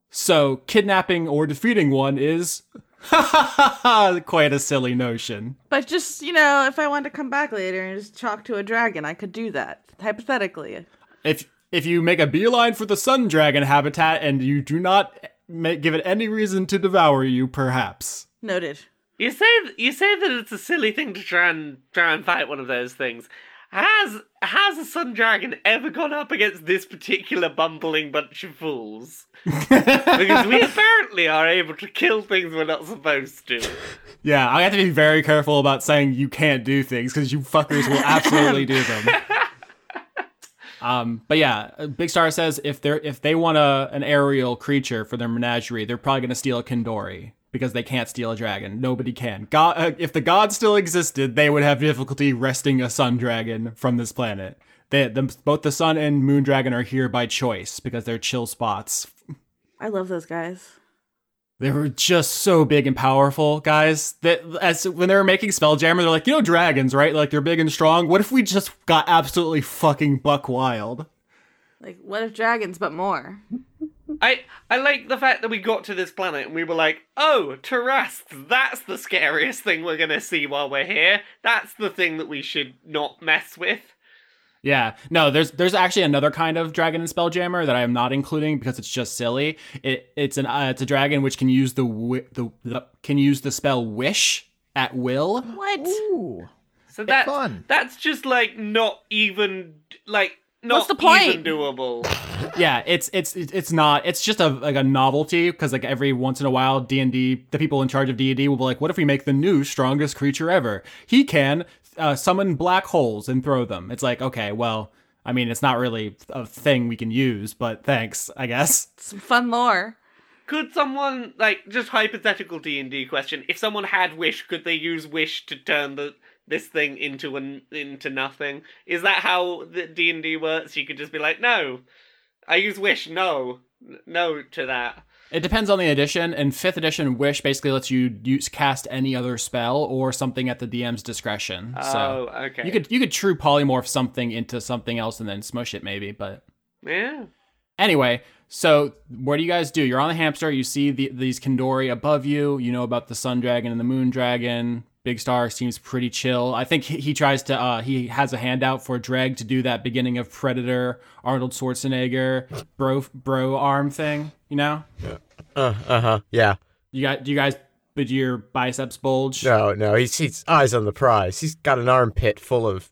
So kidnapping or defeating one is (laughs) quite a silly notion. But just, you know, if I wanted to come back later and just talk to a dragon, I could do that, hypothetically. if if you make a beeline for the sun dragon habitat and you do not make, give it any reason to devour you, perhaps. Noted. You say you say that it's a silly thing to try and try and fight one of those things. Has has a sun dragon ever gone up against this particular bumbling bunch of fools? because we apparently are able to kill things we're not supposed to. Yeah, I have to be very careful about saying you can't do things because you fuckers will absolutely do them. Um, but yeah, uh, Big Star says if they're if they want a an aerial creature for their menagerie, they're probably gonna steal a Kandori because they can't steal a dragon. Nobody can. God, uh, if the gods still existed, they would have difficulty wresting a sun dragon from this planet. They, the, both the sun and moon dragon are here by choice because they're chill spots. I love those guys. They were just so big and powerful, guys. That as when they were making Spelljammer, they're like, you know, dragons, right? Like they're big and strong. What if we just got absolutely fucking buck wild? Like, what if dragons, but more? I I like the fact that we got to this planet and we were like, oh, Terrasks, that's the scariest thing we're gonna see while we're here. That's the thing that we should not mess with. Yeah, no, there's there's actually another kind of dragon in Spelljammer that I am not including because it's just silly. It it's an uh, it's a dragon which can use the, wi- the the can use the spell wish at will. What? Ooh. So that's fun. that's just like not even like not What's the point? even doable. yeah it's it's it's not it's just a like a novelty because like every once in a while d&d the people in charge of d&d will be like what if we make the new strongest creature ever he can uh, summon black holes and throw them it's like okay well i mean it's not really a thing we can use but thanks i guess Some fun lore. Could someone like just hypothetical D and D question? If someone had wish, could they use wish to turn the this thing into an into nothing? Is that how the D and D works? You could just be like, no, I use wish. No, N- no to that. It depends on the edition. In fifth edition, Wish basically lets you use cast any other spell or something at the DM's discretion. so oh, okay. you could you could true polymorph something into something else and then smush it maybe, but yeah. Anyway, so what do you guys do? You're on the hamster. You see the, these Kandori above you. You know about the sun dragon and the moon dragon. Big Star seems pretty chill. I think he, he tries to. Uh, he has a handout for Dreg to do that beginning of Predator, Arnold Schwarzenegger, bro, bro arm thing. You know, Uh huh. Yeah. you got. Do you guys? Did your biceps bulge? No, no. He's, he's eyes on the prize. He's got an armpit full of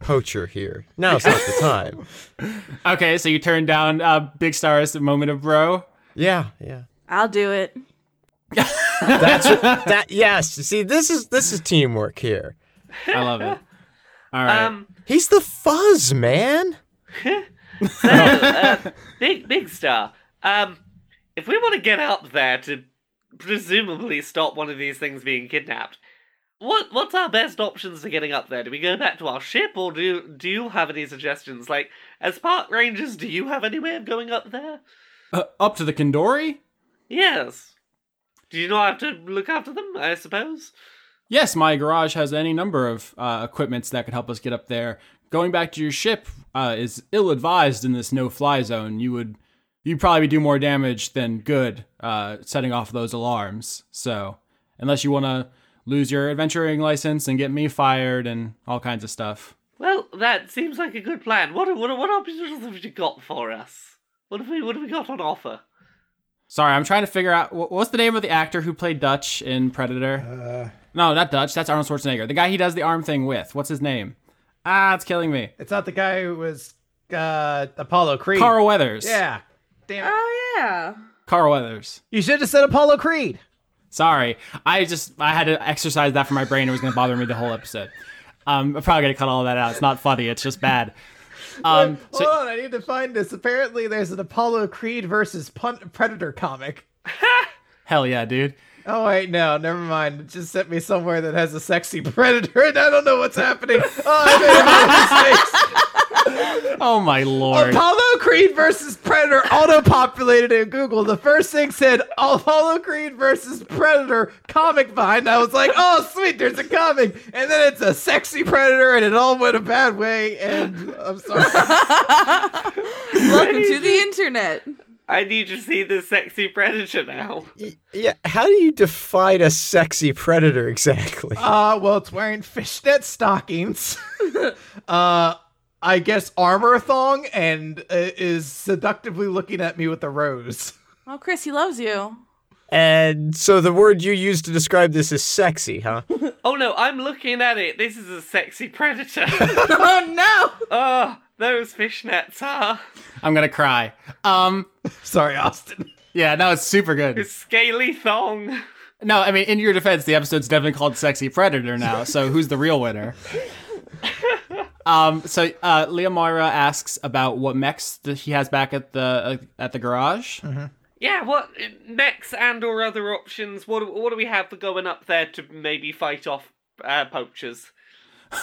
poacher here. Now's not the time. Okay, so you turn down uh, Big Star's moment of bro. Yeah, yeah. I'll do it. That's what, that. Yes. you See, this is this is teamwork here. I love it. All right. Um. He's the fuzz man. Uh, big big star. Um, if we want to get up there to presumably stop one of these things being kidnapped, what what's our best options for getting up there? Do we go back to our ship, or do do you have any suggestions? Like, as park rangers, do you have any way of going up there? Uh, up to the Kandori. Yes. Do you not have to look after them? I suppose. Yes, my garage has any number of uh, equipments that could help us get up there. Going back to your ship uh, is ill advised in this no-fly zone. You would, you probably do more damage than good uh, setting off those alarms. So, unless you want to lose your adventuring license and get me fired and all kinds of stuff. Well, that seems like a good plan. What what what options have you got for us? What have we what have we got on offer? Sorry, I'm trying to figure out wh- what's the name of the actor who played Dutch in Predator. no, not Dutch. That's Arnold Schwarzenegger. The guy he does the arm thing with. What's his name? Ah, it's killing me. It's not the guy who was uh, Apollo Creed. Carl Weathers. Yeah. Damn. it. Oh yeah. Carl Weathers. You should have said Apollo Creed. Sorry, I just I had to exercise that from my brain. It was going to bother me the whole episode. Um, I'm probably going to cut all that out. It's not funny. It's just bad. Um, Hold on, I need to find this. Apparently, there's an Apollo Creed versus Pun- Predator comic. hell yeah, dude. Oh wait, no, never mind. It just sent me somewhere that has a sexy (laughs) predator, and I don't know what's happening. Oh, I made a mistake. Oh my lord. Apollo Creed versus Predator auto-populated in Google. The first thing said Apollo Creed versus Predator comic vine. I was like, oh sweet, there's a comic, and then it's a sexy predator, and it all went a bad way. And I'm (laughs) sorry. Welcome to the internet. I need to see this sexy predator now. Y- Yeah. How do you define a sexy predator exactly? Uh, well, it's wearing fishnet stockings. (laughs) uh, I guess armor thong, and uh, is seductively looking at me with a rose. (laughs) Well, Chris, he loves you. And so the word you used to describe this is sexy, huh? Oh no, I'm looking at it. This is a sexy predator. (laughs) Oh no. Oh, those fishnets are. I'm going to cry. Um, Sorry, Austin. yeah, no, it's super good. His scaly thong. No, I mean, in your defense, the episode's definitely called Sexy Predator now, so who's the real winner? Um, so uh, Leah Moira asks about what mechs that he has back at the uh, at the garage. Yeah, what next and or other options? What what do we have for going up there to maybe fight off uh, poachers?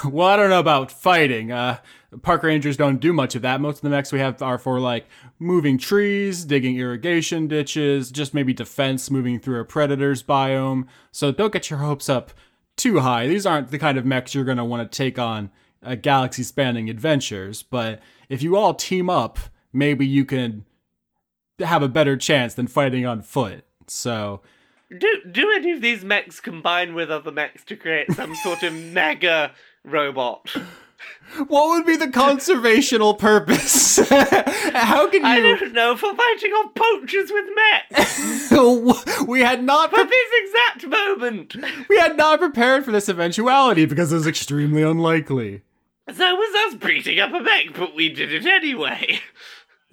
well, I don't know about fighting. Uh, park rangers don't do much of that. Most of the mechs we have are for like moving trees, digging irrigation ditches, just maybe defense, moving through a predator's biome. So don't get your hopes up too high. These aren't the kind of mechs you're going to want to take on uh, galaxy spanning adventures. But if you all team up, maybe you can have a better chance than fighting on foot. So Do do any of these mechs combine with other mechs to create some sort of mega robot? What would be the conservational purpose? (laughs) How can I you? don't know for fighting off poachers with mechs (laughs) we had not at pre- this exact moment. we had not prepared for this eventuality because it was extremely unlikely. So was us beating up a mech, but we did it anyway.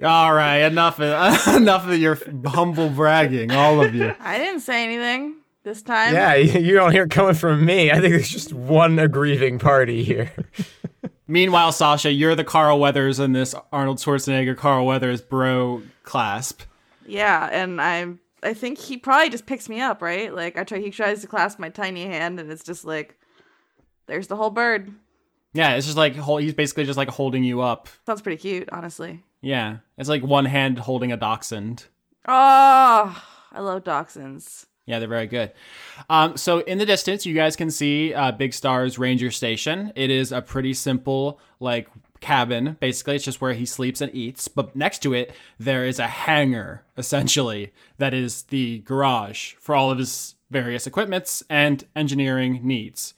All right, enough of, (laughs) enough of your humble bragging, all of you. I didn't say anything this time. Yeah, (laughs) you you don't hear it coming from me. I think there's just one aggrieving party here. Meanwhile, Sasha, you're the Carl Weathers in this Arnold Schwarzenegger Carl Weathers bro clasp. Yeah, and I'm. I think he probably just picks me up, right? Like I try. He tries to clasp my tiny hand, and it's just like, there's the whole bird. Yeah, it's just like hol- he's basically just like holding you up. Sounds pretty cute, honestly. Yeah, it's like one hand holding a dachshund. Oh, I love dachshunds. Yeah, they're very good. Um, so in the distance, you guys can see uh, Big Star's ranger station. It is a pretty simple like cabin. Basically, it's just where he sleeps and eats. But next to it, there is a hangar essentially that is the garage for all of his various equipments and engineering needs.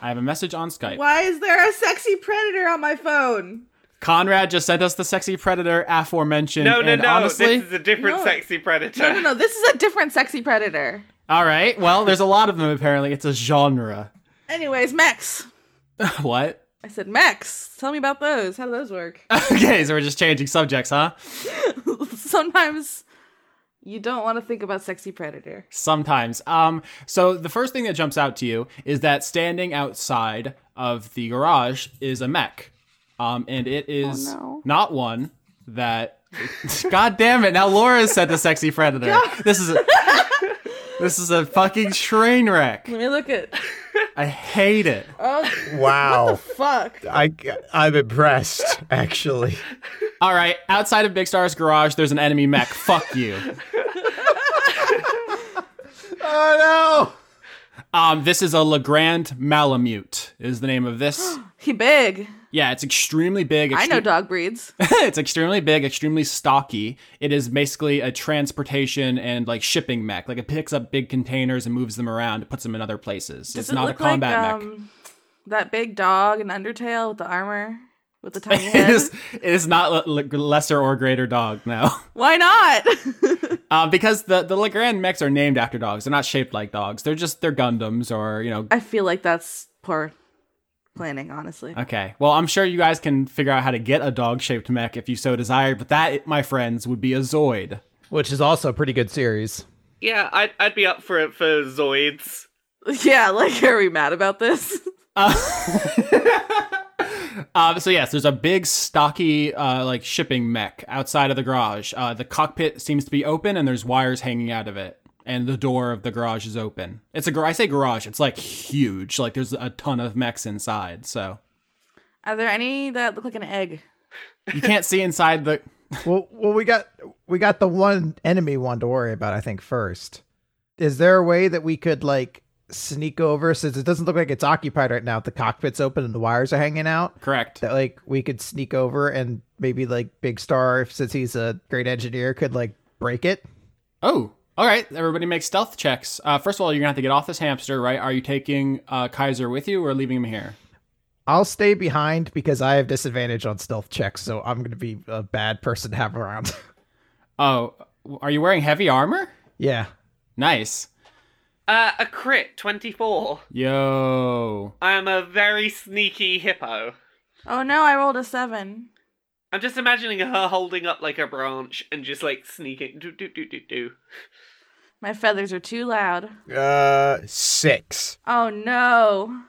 I have a message on Skype. Why is there a sexy predator on my phone? Conrad just sent us the sexy predator aforementioned. No, no, and no. Honestly, this is a different No. sexy predator. No, no, (laughs) no. This is a different sexy predator. all right. Well, there's a lot of them apparently. It's a genre. (laughs) Anyways, Max. what? I said, Max, tell me about those. How do those work? (laughs) Okay, so we're just changing subjects, huh? (laughs) Sometimes you don't want to think about sexy predator. Sometimes. Um, so the first thing that jumps out to you is that standing outside of the garage is a mech. Um, and it is no. not one that (laughs) God damn it, now Laura said the sexy predator. This is a (laughs) This is a fucking train wreck. Let me look at. (laughs) I hate it. Oh, Wow. fuck. I, I'm impressed, actually. All right, outside of Big Star's garage, there's an enemy mech. Fuck (laughs) you. Oh Um, this is a Legrand Malamute, is the name of (gasps) this. He big. Yeah, it's extremely big. I know extre- dog breeds. (laughs) it's extremely big, extremely stocky. It is basically a transportation and like shipping mech. Like it picks up big containers and moves them around, it puts them in other places. Does it's it not a look combat like, mech. Um, that big dog in Undertale with the armor, with (laughs) the (laughs) tiny It head. is, it is not l- l- lesser or greater dog now. Why not? (laughs) um, because the, the Legrand mechs are named after dogs. They're not shaped like dogs. They're just, they're Gundams or, you know. I feel like that's poor planning, honestly. Okay. Well, I'm sure you guys can figure out how to get a dog shaped mech if you so desire, but that, my friends, would be a Zoid. no! Which is also a pretty good series. Yeah, I'd I'd be up for it for Zoids. (laughs) Yeah, like, are we mad about this? (laughs) Uh, so yes, there's a big stocky uh, like shipping mech outside of the garage. Uh, the cockpit seems to be open, and there's wires hanging out of it, and the door of the garage is open. It's a gar- I say garage. It's like huge. Like there's a ton of mechs inside, so Are there any that look like an egg? you can't see inside the. Well, well, we got we got the one enemy one to worry about. I think first. Is there a way that we could like sneak over since it doesn't look like it's occupied right now? If the cockpit's open and the wires are hanging out, Correct. that like we could sneak over and maybe like Big Star, if- since he's a great engineer, could like break it. Oh, all right. Everybody make stealth checks. Uh, first of all, you're gonna have to get off this hamster, right? Are you taking uh, Kaiser with you or leaving him here? I'll stay behind because I have disadvantage on stealth checks, so I'm gonna be a bad person to have around. (laughs) Oh, are you wearing heavy armor? yeah. Nice. Uh, a crit twenty four. Yo. I am a very sneaky hippo. Oh no, I rolled a seven. I'm just imagining her holding up like a branch and just like sneaking. Do do do do do. My feathers are too loud. Uh, six. Oh (laughs) no.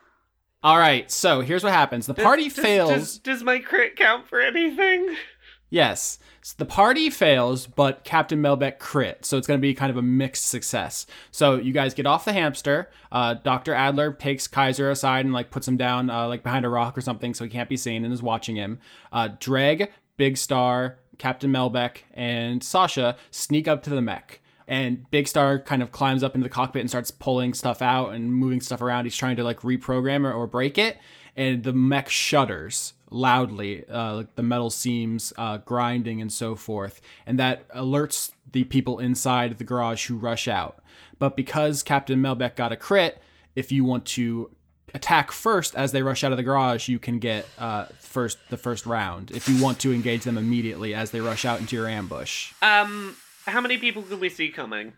All right, so here's what happens. The Does- party does- fails. Does, does my crit count for anything? Yes. So the party fails, but Captain Melbeck crit. So it's going to be kind of a mixed success. So you guys get off the hamster. Uh, Dr. Adler takes Kaiser aside and like puts him down uh, like behind a rock or something so he can't be seen and is watching him. Uh, Dreg, Big Star, Captain Melbeck, and Sasha sneak up to the mech. And Big Star kind of climbs up into the cockpit and starts pulling stuff out and moving stuff around. He's trying to like reprogram or, or break it. And the mech shudders loudly, uh, like the metal seams uh, grinding and so forth. And that alerts the people inside the garage who rush out. But because Captain Melbeck got a crit, if you want to attack first as they rush out of the garage, you can get uh, first the first round. If you want to engage them immediately as they rush out into your ambush, Um, how many people can we see coming?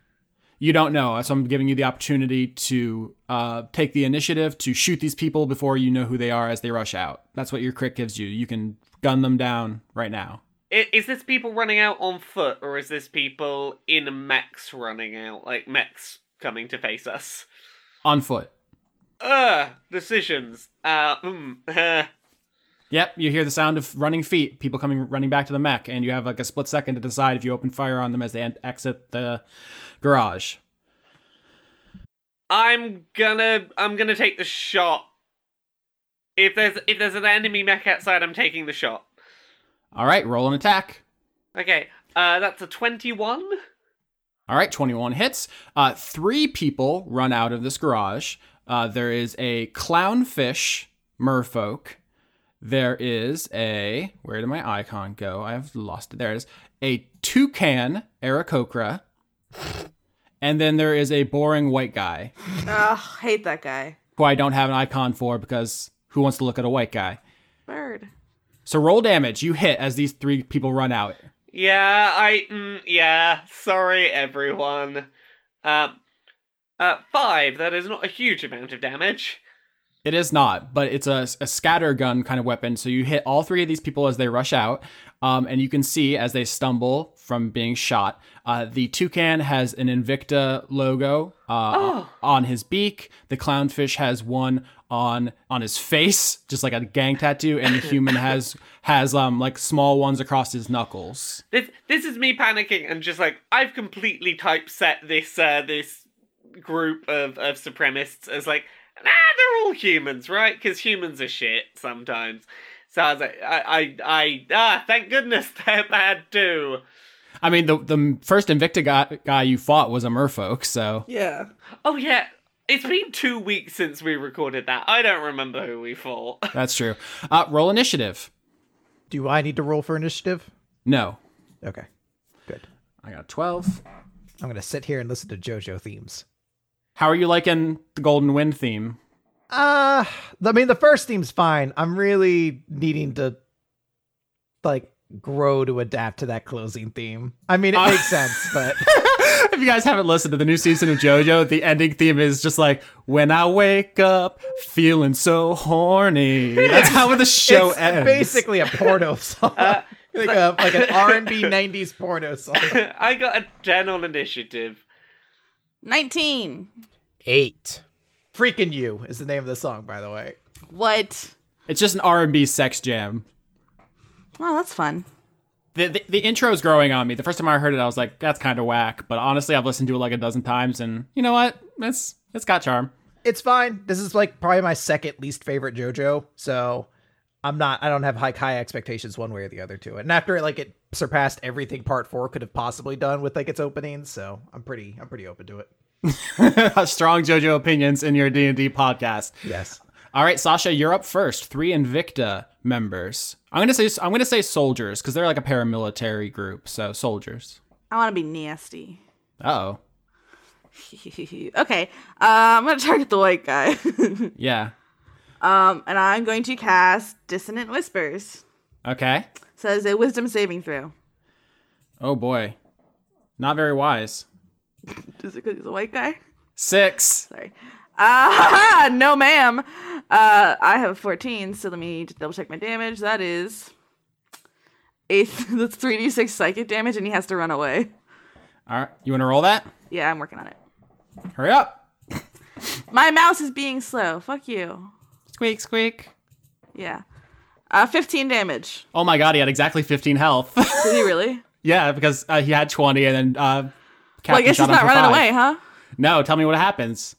you don't know. So I'm giving you the opportunity to uh, take the initiative to shoot these people before you know who they are as they rush out. That's what your crit gives you. You can gun them down right now. I- Is this people running out on foot, or is this people in mechs running out, like mechs coming to face us? On foot. Ugh, Uh, decisions. Uh, mm, uh, Yep, you hear the sound of running feet, people coming running back to the mech, and you have like a split second to decide if you open fire on them as they en- exit the garage. I'm gonna, I'm gonna take the shot. If there's, if there's an enemy mech outside, I'm taking the shot. All right, roll an attack. Okay, uh, that's a twenty-one. All right, 21 hits. Uh, three people run out of this garage. Uh, there is a clownfish merfolk. There is a. Where did my icon go? I've lost it. There it is. A toucan Aarakocra. And then there is a boring white guy Ugh, hate that guy. who I don't have an icon for because who wants to look at a white guy? Bird. So roll damage. You hit as these three people run out. Yeah, I, mm, yeah. Sorry, everyone. Um, uh, five. That is not a huge amount of damage. It is not, but it's a, a scatter gun kind of weapon. So you hit all three of these people as they rush out, um, and you can see as they stumble from being shot. Uh, the toucan has an Invicta logo uh, Oh. on his beak. The clownfish has one on on his face, just like a gang tattoo, and the human has has um like small ones across his knuckles. This this is me panicking and just like I've completely typeset this uh this group of of supremacists as like nah they're all humans right because humans are shit sometimes. So I was like I I, I ah thank goodness (laughs) they're bad too. I mean, the the first Invicta guy, guy you fought was a merfolk, so Yeah. Oh yeah. It's been two weeks since we recorded that. I don't remember who we fought. (laughs) that's true. Uh, roll initiative. Do I need to roll for initiative? No, Okay. Good. I got twelve. I'm gonna sit here and listen to JoJo themes. How are you liking the Golden Wind theme? Uh I mean the first theme's fine. I'm really needing to like grow to adapt to that closing theme. I mean it makes sense, but if you guys haven't listened to the new season of JoJo, the ending theme is just like, when I wake up feeling so horny. That's how the show it's ends. basically a porno song. like a like an R and B nineties porno song. I got a ten on initiative. 19. Eight. Freaking You is the name of the song, by the way. What? It's just an R&B sex jam. Well, that's fun. The, the, the intro's growing on me. The first time I heard it, I was like, that's kind of whack. But honestly, I've listened to it like a dozen times, and you know what? It's, it's got charm. It's fine. This is like probably my second least favorite JoJo, so I'm not I don't have high high expectations one way or the other to it. And after like it surpassed everything part four could have possibly done with like its opening, so I'm pretty I'm pretty open to it. (laughs) Strong JoJo opinions in your D&D podcast. Yes. All right, Sasha, you're up first. Three Invicta members. I'm gonna say I'm gonna say soldiers because they're like a paramilitary group, so soldiers. I want to be nasty. (laughs) Uh oh. okay. Uh, I'm going to target the white guy. (laughs) Yeah. um, and I'm going to cast Dissonant Whispers. Okay. So it's a wisdom saving throw. Oh boy. Not very wise. Just because he's a white guy? Six. Sorry. Ah, (laughs) no, ma'am. Uh, I have 14, so let me just double check my damage. That is a th- (laughs) that's 3d6 psychic damage, and he has to run away. All right. You want to roll that? Yeah, I'm working on it. Hurry up. My mouse is being slow. Fuck you. Squeak, squeak. Yeah. Uh, 15 damage. Oh my god, he had exactly 15 health. (laughs) Did he really? yeah, because uh, he had 20 and then uh, Captain well, I guess shot he's him not for running five. away, huh? No, tell me what happens.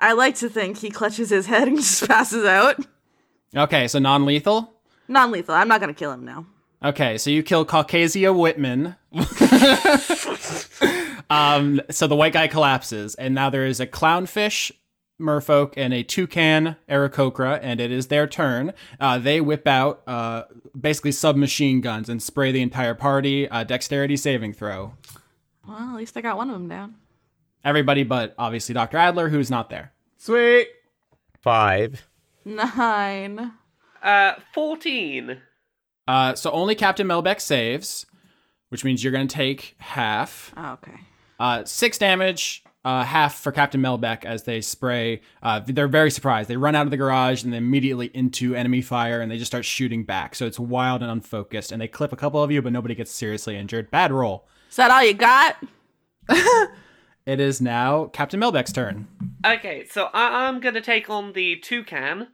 I like to think he clutches his head and (laughs) just passes out. Okay, so non lethal. Non lethal. I'm not going to kill him now. Okay, so you kill Caucasia Whitman. um, so the white guy collapses, and now there is a clownfish, merfolk, and a toucan, Aarakocra, and it is their turn. Uh, they whip out uh, basically submachine guns and spray the entire party. Uh, dexterity saving throw. Well, at least I got one of them down. Everybody but obviously Dr. Adler, who's not there. Sweet. Five. Nine. Uh, 14. Uh, so only Captain Melbeck saves, which means you're going to take half. Oh, okay. Uh, six damage, uh, half for Captain Melbeck as they spray. Uh, they're very surprised. They run out of the garage and then immediately into enemy fire and they just start shooting back. So it's wild and unfocused. And they clip a couple of you, but nobody gets seriously injured. Bad roll. Is that all you got? (laughs) It is now Captain Melbeck's turn. Okay, so I- I'm gonna take on the toucan,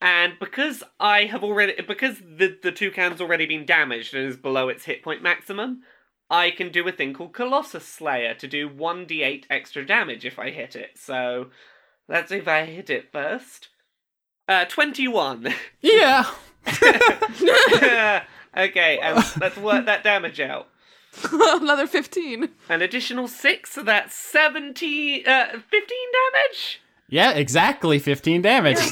and because I have already because the the toucan's already been damaged and is below its hit point maximum, I can do a thing called Colossus Slayer to do one d8 extra damage if I hit it. So let's see if I hit it first. Uh, twenty-one. (laughs) Yeah. okay, and let's work that damage out. Another 15. An additional six, so that's 70, uh, 15 damage? Yeah, exactly. 15 damage.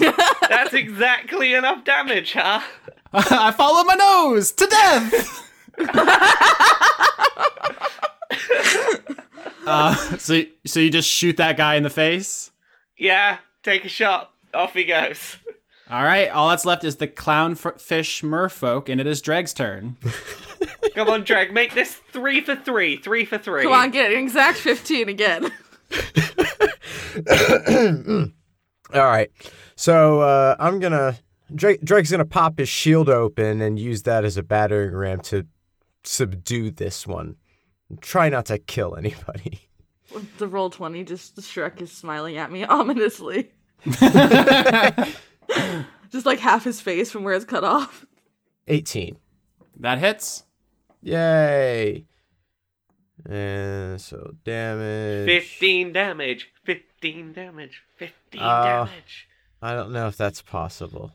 That's exactly enough damage, huh? (laughs) I follow my nose to death. uh, so, so you just shoot that guy in the face. Yeah, take a shot. Off he goes. All right, all that's left is the clownfish merfolk, and it is Dreg's turn. Come on, Drag, make this three for three. Three for three. Come on, get an exact 15 again. All right. So uh, I'm gonna Drake, Drake's gonna pop his shield open and use that as a battering ram to subdue this one. Try not to kill (laughs) anybody. (laughs) the roll 20 just Shrek is smiling at me (laughs) (laughs) ominously. just like half his face from where it's cut off. Eighteen. That hits. Yay. And so damage. 15 damage. 15 damage. 15 Oh. damage. I don't know if that's possible.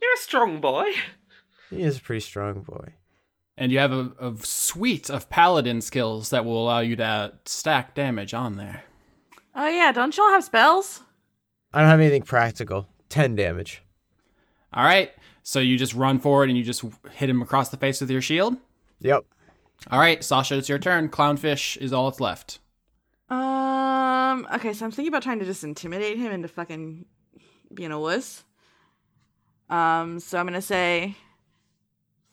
You're a strong boy. He is a pretty strong boy. And you have a, a suite of paladin skills that will allow you to stack damage on there. Oh, yeah, don't y'all have spells? I don't have anything practical. Ten damage. All right, so you just run forward and you just hit him across the face with your shield. Yep. All right, Sasha, it's your turn. Clownfish is all that's left. Um, okay, so I'm thinking about trying to just intimidate him into fucking being a wuss. Um, so I'm gonna say,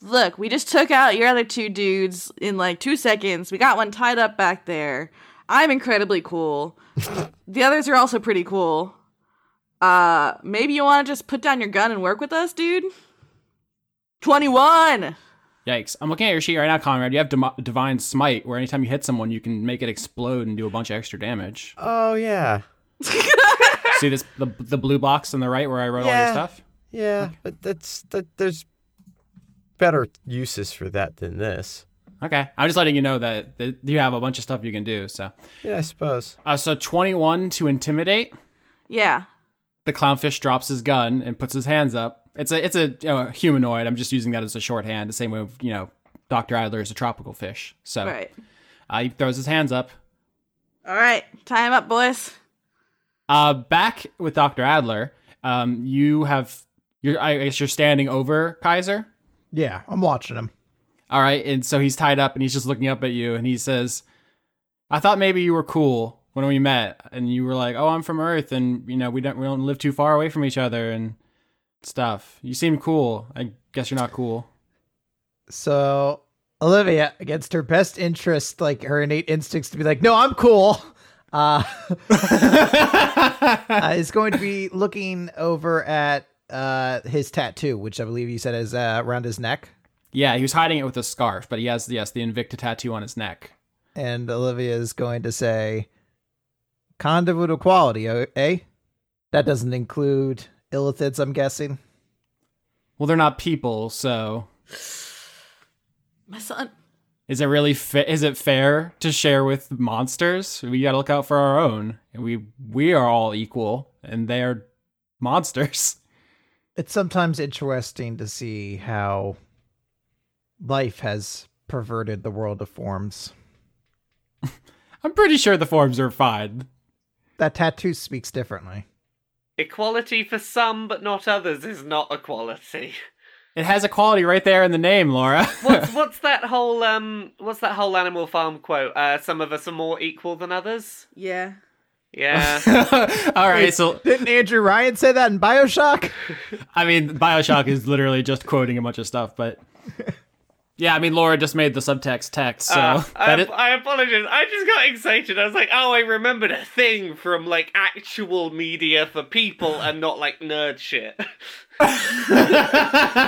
look, we just took out your other two dudes in like two seconds. We got one tied up back there. I'm incredibly cool. the others are also pretty cool. Uh, maybe you want to just put down your gun and work with us, dude. Twenty-one. Yikes. I'm looking at your sheet right now, Conrad. You have Dem- Divine Smite, where anytime you hit someone, you can make it explode and do a bunch of extra damage. (laughs) Oh yeah. See this the, the blue box on the right where I wrote all your Yeah. stuff? Yeah, but that's that. There's better uses for that than this. Okay. I'm just letting you know that, that you have a bunch of stuff you can do. So, Yeah, I suppose. uh, so 21 to intimidate. Yeah. The clownfish drops his gun and puts his hands up. It's a it's a you know, humanoid. I'm just using that as a shorthand. The same way you know Doctor Idler is a tropical fish. So All right. uh, he throws his hands up. All right. Time up, boys. Uh, back with Doctor Adler. Um, you have you're I guess you're standing over Kaiser. Yeah, I'm watching him. All right, and so he's tied up and he's just looking up at you and he says, "I thought maybe you were cool when we met and you were like, "Oh, I'm from Earth and you know, we don't we don't live too far away from each other and stuff. You seem cool. I guess you're not cool." So Olivia, against her best interest, like her innate instincts to be like, "No, I'm cool," uh, (laughs) uh, is going to be looking over at uh, his tattoo, which I believe you said is uh, around his neck. Yeah, he was hiding it with a scarf, but he has yes, the Invicta tattoo on his neck. And Olivia is going to say, "Conduit of quality, eh?" That doesn't include illithids, I'm guessing. Well, they're not people, so My son. is it really fa- is it fair to share with monsters? We got to look out for our own. And we we are all equal and they're monsters. It's sometimes interesting to see how life has perverted the world of forms. I'm pretty sure the forms are fine. That tattoo speaks differently. Equality for some but not others is not equality. It has a quality right there in the name, Laura. (laughs) What's what's that whole um what's that whole Animal Farm quote? Uh, some of us are more equal than others. Yeah. Yeah. (laughs) all right, so Didn't Andrew Ryan say that in Bioshock? I mean, BioShock is literally just quoting a bunch of stuff, (laughs) but yeah, I mean, Laura just made the subtext text, so Uh, (laughs) that I, is- I apologize. I just got excited. I was like, oh, I remembered a thing from like actual media for people and not like nerd shit. (laughs)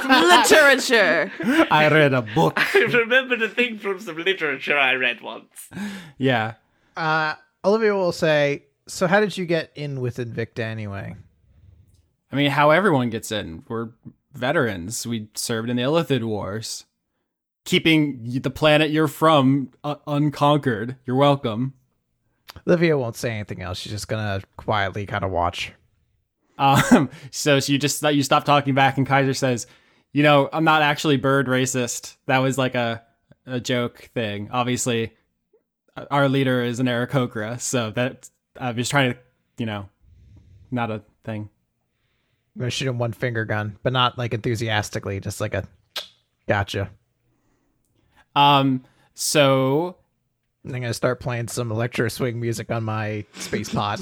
Literature. I read a (laughs) book. I remembered a thing from some literature I read once. Yeah. Uh, Olivia will say, So, how did you get in with Invicta anyway? I mean, how everyone gets in. We're veterans. We served in the Illithid Wars, keeping y- the planet you're from uh, unconquered. You're welcome. Olivia won't say anything else. She's just going to quietly kind of watch. Um, (laughs) so she just you stop talking back, and Kaiser says, "You know, I'm not actually bird racist. That was like a a joke thing. Obviously, our leader is an Aarakocra, so that I'm just trying to, you know, not a thing. I'm going to shoot him one finger gun, but not like enthusiastically, just like a gotcha. Um, so And I'm going to start playing some electro swing music on my space pod.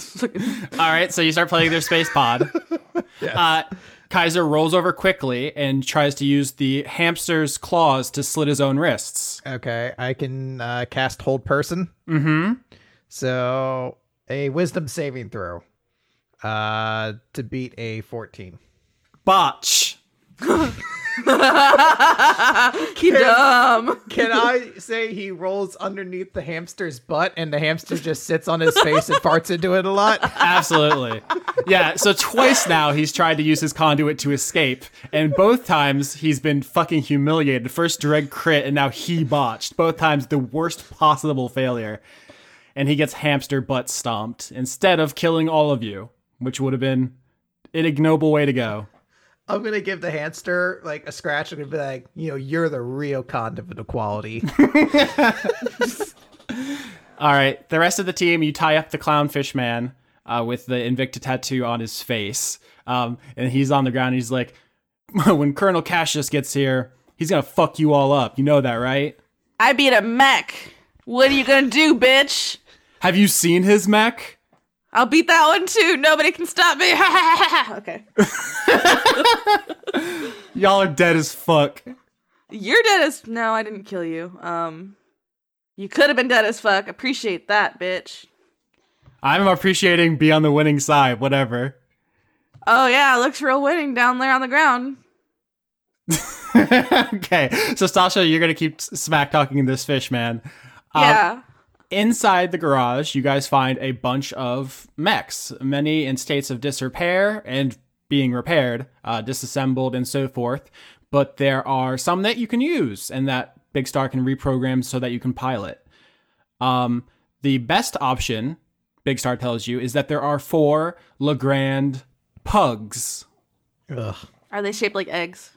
All right, so you start playing their space pod. uh, Kaiser rolls over quickly and tries to use the hamster's claws to slit his own wrists. okay, I can uh, cast Hold Person. Mm-hmm. So, a wisdom saving throw uh, to beat a 14. Botch. He dumb. Can I say he rolls underneath the hamster's butt and the hamster just sits on his face and farts into it a lot? Absolutely. Yeah, so twice now he's tried to use his conduit to escape, and both times he's been fucking humiliated. First direct crit, and now he botched. Both times the worst possible failure. And he gets hamster butt stomped instead of killing all of you, which would have been an ignoble way to go. I'm gonna give the hamster like a scratch and be like, you know, you're the real condom of equality. All right, the rest of the team, you tie up the clownfish man uh, with the Invicta tattoo on his face, um, and he's on the ground. And he's like, (laughs) "When Colonel Cassius gets here, he's gonna fuck you all up. You know that, right? I beat a mech. What are you gonna do, bitch? Have you seen his mech? I'll beat that one too. Nobody can stop me. (laughs) okay. Y'all are dead as fuck." You're dead as no, I didn't kill you. Um you could have been dead as fuck. Appreciate that, bitch. I'm appreciating be on the winning side, whatever. (laughs) Oh yeah, looks real winning down there on the ground. okay, so Sasha, you're gonna keep s- smack talking this fish man. Um, yeah. Inside the garage, you guys find a bunch of mechs, many in states of disrepair and being repaired, uh, disassembled, and so forth. But there are some that you can use and that Big Star can reprogram so that you can pilot. Um, the best option, Big Star tells you, is that there are four Legrand pugs. Ugh. Are they shaped like eggs?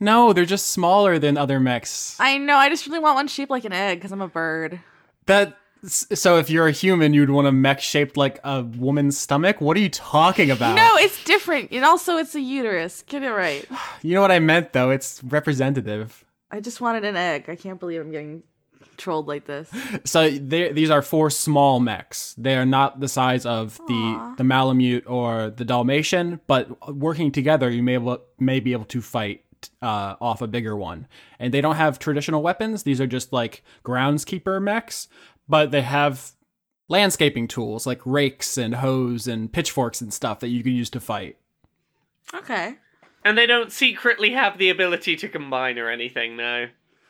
No, they're just smaller than other mechs. I know, I just really want one shaped like an egg because I'm a bird. That so if you're a human, you'd want a mech shaped like a woman's stomach. What are you talking about? No, it's different. And also it's a uterus. Get it right. You know what I meant though. It's representative. I just wanted an egg. I can't believe I'm getting trolled like this. So they- these are four small mechs. They are not the size of the the Malamute or the Dalmatian, but working together, you may able, may be able to fight uh, off a bigger one. And they don't have traditional weapons. These are just like groundskeeper mechs, but they have landscaping tools like rakes and hoes and pitchforks and stuff that you can use to fight. Okay. And they don't secretly have the ability to combine or anything, no.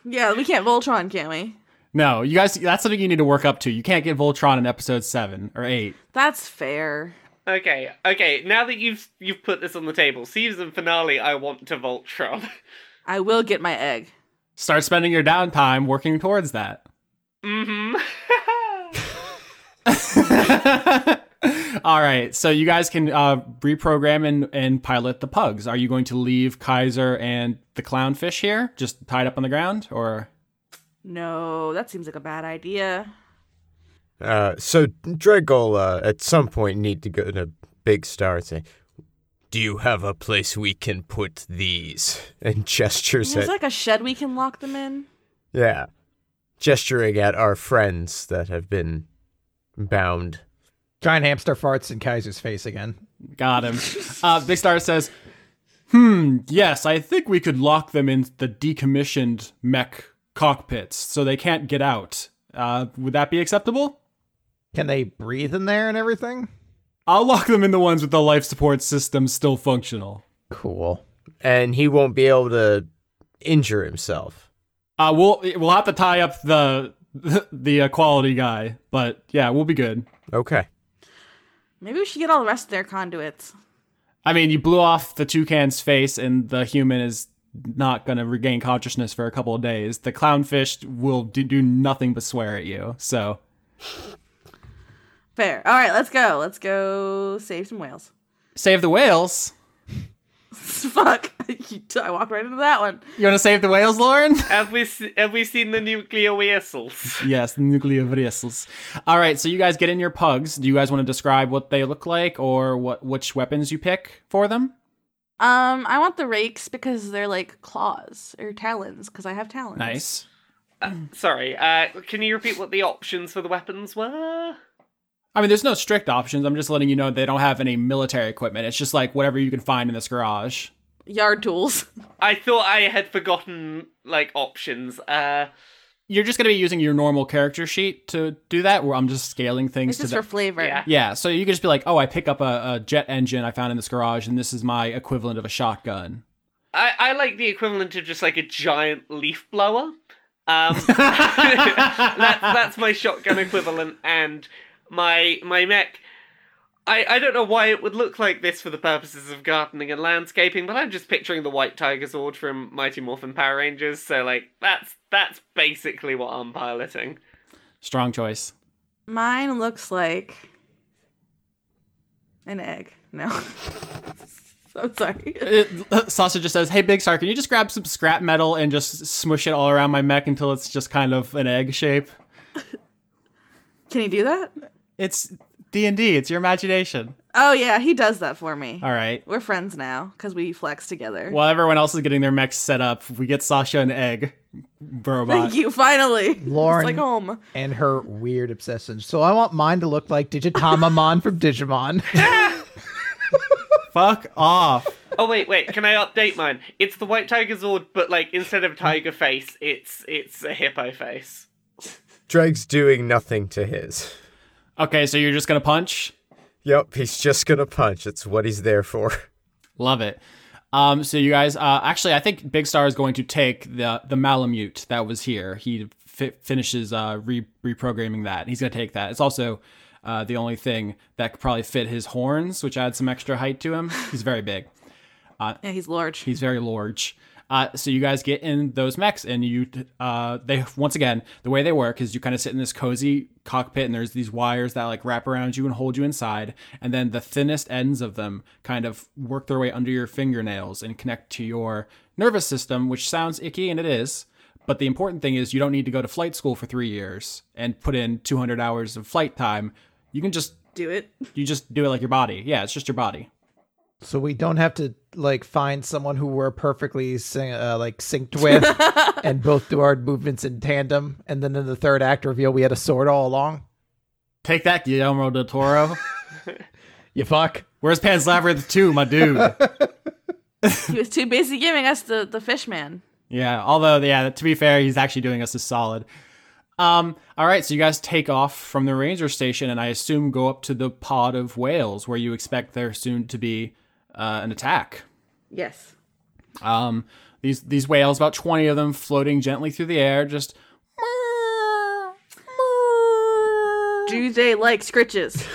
Yeah, we can't Voltron, can we? No, you guys, that's something you need to work up to. You can't get Voltron in episode seven or eight. That's fair. Okay, okay. Now that you've you've put this on the table, season finale. I want to (laughs) Voltron. I will get my egg. Start spending your downtime working towards that. (laughs) hmm All right, so you guys can uh, reprogram and, and pilot the pugs. Are you going to leave Kaiser and the clownfish here, just tied up on the ground, or No, that seems like a bad idea. Uh, so Dreggol uh, at some point need to go to Big Star and say, "Do you have a place we can put these?" (laughs) And gestures There's at like a shed we can lock them in. yeah, gesturing at our friends that have been bound. Giant hamster farts in Kaiser's face again. got him? uh, Big Star says, "Hmm, yes, I think we could lock them in the decommissioned mech cockpits, so they can't get out. Uh, would that be acceptable?" Can they breathe in there and everything? I'll lock them in the ones with the life support system still functional. Cool. and he won't be able to injure himself. Uh, we'll we'll have to tie up the (laughs) the uh, quality guy, but yeah, we'll be good. Okay. Maybe we should get all the rest of their conduits. I mean, you blew off the toucan's face, and the human is not going to regain consciousness for a couple of days. The clownfish will do, do nothing but swear at you. So, Fair. All right, let's go. Let's go save some whales. (laughs) save the whales. Fuck. (laughs) You t- I walked right into that one. You want to save the whales, Lauren? (laughs) (laughs) Have we se- have we seen the nuclear whistles? yes, nuclear vessels. All right, so you guys get in your pugs. Do you guys want to describe what they look like or what which weapons you pick for them? Um, I want the rakes because they're like claws or talons because I have talons. Nice. (laughs) Sorry. Uh, can you repeat what the options for the weapons were? I mean, there's no strict options. I'm just letting you know they don't have any military equipment. It's just like whatever you can find in this garage. Yard tools. I thought I had forgotten like options. Uh, You're just going to be using your normal character sheet to do that, where I'm just scaling things It's to just the. for flavor. Yeah. yeah, so you could just be like, oh, I pick up a, a jet engine I found in this garage, and this is my equivalent of a shotgun. I I like the equivalent of just like a giant leaf blower. Um, (laughs) that's that's my shotgun equivalent, and my my mech. I, I don't know why it would look like this for the purposes of gardening and landscaping, but I'm just picturing the white tiger sword from Mighty Morphin Power Rangers. So like that's that's basically what I'm piloting. Strong choice. Mine looks like an egg. No. (laughs) I'm sorry. It, Sausage just says, hey, Big Star, can you just grab some scrap metal and just smush it all around my mech until it's just kind of an egg shape? Can he do that? It's D&D. It's your imagination. Oh yeah, he does that for me. All right. We're friends now because we flex together. While everyone else is getting their mechs set up, we get Sasha an egg robot. Thank you. Finally, Lauren- It's like home. And her weird obsession. So I want mine to look like Digitamamon from Digimon. Fuck off. Oh wait, wait, can I update mine? It's the white tiger sword, but like instead Mm. of tiger face, it's it's a hippo face. Dreg's doing nothing to his. Okay, so you're just going to punch? Yep, he's just gonna punch. It's what he's there for. (laughs) Love it. Um, so you guys, uh, actually, I think Big Star is going to take the the Malamute that was here. He fi- finishes uh, re- reprogramming that. He's going to take that. It's also uh, the only thing that could probably fit his horns, which adds some extra height to him. He's very big. Yeah, he's large. He's very large. Uh, so you guys get in those mechs, and you uh, they once again the way they work is you kind of sit in this cozy cockpit, and there's these wires that like wrap around you and hold you inside, and then the thinnest ends of them kind of work their way under your fingernails and connect to your nervous system, which sounds icky, and it is. But the important thing is you don't need to go to flight school for three years and put in 200 hours of flight time. You can just do it. (laughs) you just do it like your body. Yeah, it's just your body. so we don't have to like find someone who we're perfectly syn- uh, like synced with and both do our movements in tandem. And then in the third act reveal, we had a sword all along. Take that, Guillermo del Toro. You fuck. Where's Pan's Labyrinth 2, my dude? He was too busy giving us the the fish man. yeah, although, yeah, to be fair, he's actually doing us a solid. Um, all right, so you guys take off from the ranger station and I assume go up to the pod of whales where you expect there soon to be uh, an attack. Yes. Um, these these whales, about 20 of them floating gently through the air, just Do they like scritches?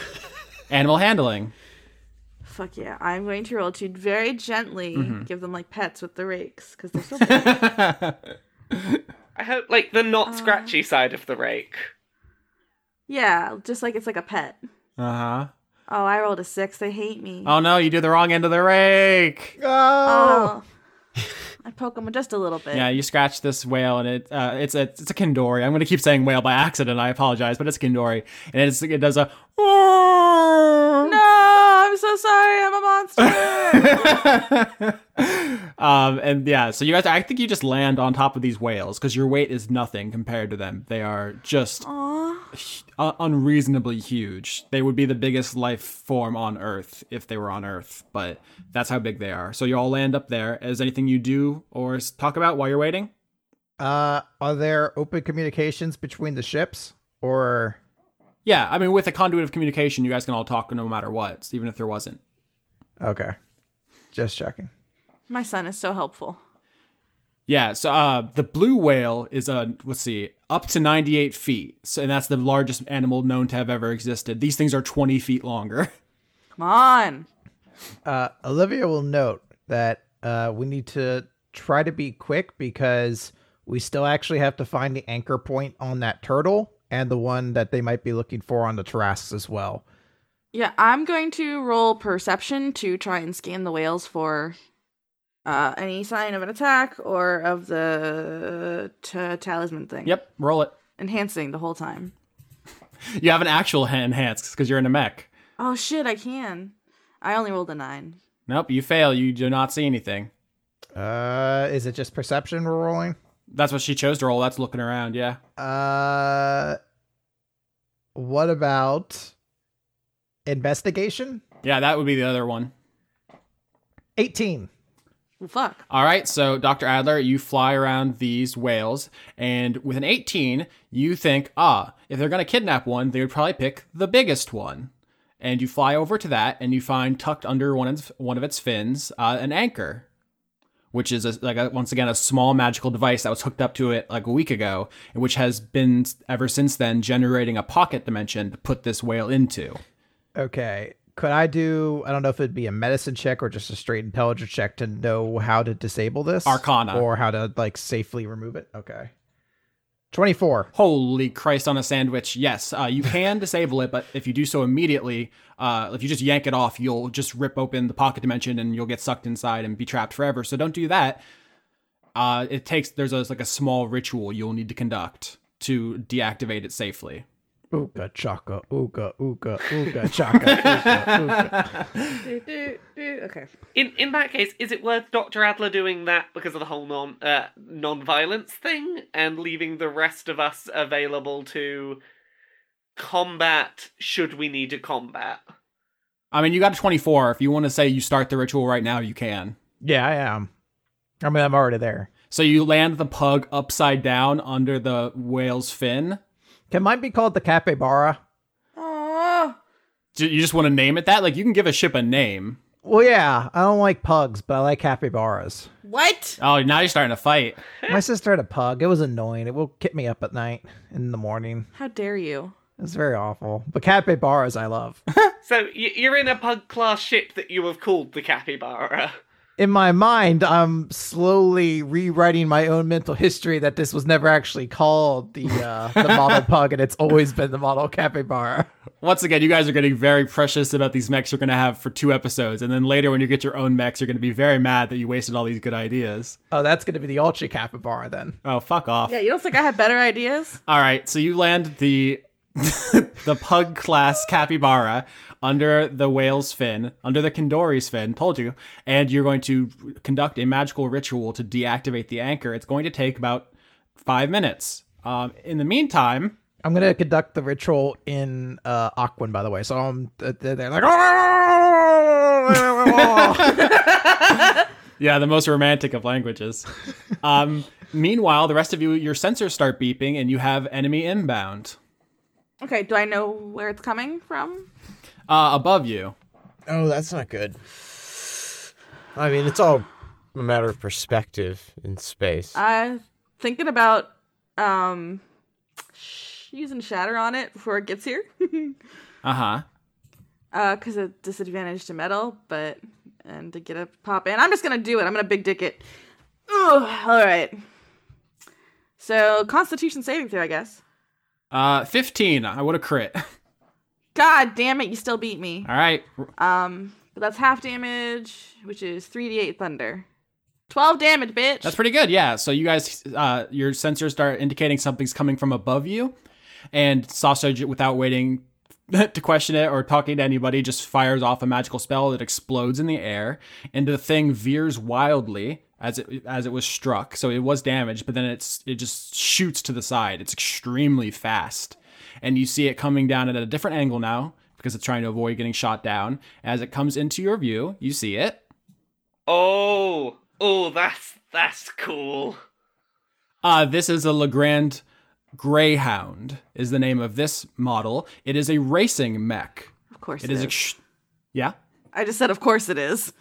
(laughs) animal handling. Fuck yeah. I'm going to roll to very gently give them like pets with the rakes because they're so big. I hope, like, the Ah. not scratchy side of the rake. yeah, just like it's like a pet. Uh huh. Oh, I rolled a six. They hate me. Oh no, you do the wrong end of the rake. Oh. (laughs) I poke them just a little bit. Yeah, you scratch this whale, and it uh, it's a it's a kindori. I'm gonna keep saying whale by accident. I apologize, but it's kindori, and it's it does a. No, I'm so sorry. I'm a monster. (laughs) um and yeah, so you guys, I think you just land on top of these whales because your weight is nothing compared to them. They are just Aw. uh, unreasonably huge. They would be the biggest life form on Earth if they were on Earth, but that's how big they are. So you all land up there. Is anything you do or s- talk about while you're waiting? Uh, are there open communications between the ships, or Yeah, I mean, with a conduit of communication, you guys can all talk no matter what, even if there wasn't. okay? Just checking. My son is so helpful. Yeah, so uh, the blue whale is uh, let's see, up to ninety eight feet, so, and that's the largest animal known to have ever existed. These things are twenty feet longer. (laughs) Come on. Uh, Olivia will note that uh, we need to try to be quick because we still actually have to find the anchor point on that turtle and the one that they might be looking for on the Tarrasque as well. Yeah, I'm going to roll perception to try and scan the whales for uh, any sign of an attack or of the t- talisman thing. Yep, roll it. Enhancing the whole time. You have an actual ha- enhanced because you're in a mech. Oh shit, I can. I only rolled a nine. Nope, you fail. You do not see anything. Uh, is it just perception we're rolling? That's what she chose to roll. That's looking around. Yeah. Uh, what about investigation? Yeah, that would be the other one. 18. Well, fuck. All right, so Dr. Adler, you fly around these whales, and with an 18, you think, ah, if they're going to kidnap one, they would probably pick the biggest one. And you fly over to that, and you find tucked under one of, one of its fins uh, an anchor, which is a, like a, once again a small magical device that was hooked up to it like a week ago, and which has been ever since then generating a pocket dimension to put this whale into. Okay. Could I do, I don't know if it'd be a medicine check or just a straight intelligence check to know how to disable this? Arcana. Or how to, like, safely remove it? Okay. 24. Holy Christ on a sandwich. Yes, uh, you can (laughs) disable it, but if you do so immediately, uh, if you just yank it off, you'll just rip open the pocket dimension and you'll get sucked inside and be trapped forever. So don't do that. Uh, it takes, there's a, like a small ritual you'll need to conduct to deactivate it safely. Ooga chaka, ooga, ooga, ooga chaka, ooga, ooga. Do, do, do. Okay. In in that case, is it worth Doctor Adler doing that because of the whole non uh, non-violence thing and leaving the rest of us available to combat should we need to combat? I mean, you got a 24. If you want to say you start the ritual right now, you can. Yeah, I am. I mean, I'm already there. So you land the pug upside down under the whale's fin. Can mine be called the capybara? Aw. Do You just want to name it that? Like, you can give a ship a name. Well, yeah, I don't like pugs, but I like capybaras. What? Oh, now you're starting to fight. My sister had a pug. It was annoying. It will keep me up at night in the morning. How dare you? It's very awful. But capybaras, I love. So y- you're in a pug class ship that you have called the Capybara. in my mind, I'm slowly rewriting my own mental history that this was never actually called the uh, the model pug, and it's always been the model capybara. Once again, you guys are getting very precious about these mechs you're going to have for two episodes. And then later, when you get your own mechs, you're going to be very mad that you wasted all these good ideas. Oh, that's going to be the ultra capybara then. Oh, fuck off. Yeah, you don't think I have better ideas? All right. So you land the. (laughs) the pug class capybara under the whale's fin, under the Kindori's fin, told you, and you're going to conduct a magical ritual to deactivate the anchor. It's going to take about five minutes. Um, in the meantime, I'm going to conduct the ritual in uh, Aquan, by the way. So I'm th- th- they're like, "Oh!" Yeah, the most romantic of languages. um, meanwhile, the rest of you, your sensors start beeping and you have enemy inbound Okay, do I know where it's coming from? uh, above you. Oh, that's not good. I mean, it's all a matter of perspective in space. I'm thinking about um (laughs) sh- using shatter on it before it gets here. Uh huh. because of disadvantage to metal, but and to get a pop in. I'm just gonna do it. I'm gonna big dick it. Ooh, all right. So Constitution saving throw, I guess. Uh, 15. I would have crit. (laughs) God damn it, you still beat me. All right. Um, but that's half damage, which is three d eight thunder. Twelve damage, bitch. That's pretty good. Yeah. So you guys, uh, your sensors start indicating something's coming from above you, and Sausage, without waiting (laughs) to question it or talking to anybody, just fires off a magical spell that explodes in the air, and the thing veers wildly as it as it was struck. So it was damaged, but then it's it just shoots to the side. It's extremely fast, and you see it coming down at a different angle now because it's trying to avoid getting shot down. As it comes into your view, you see it. Oh, oh, that's that's cool. Uh, this is a Legrand Greyhound, is the name of this model. It is a racing mech. of course It is, ex- yeah, I just said, of course it is.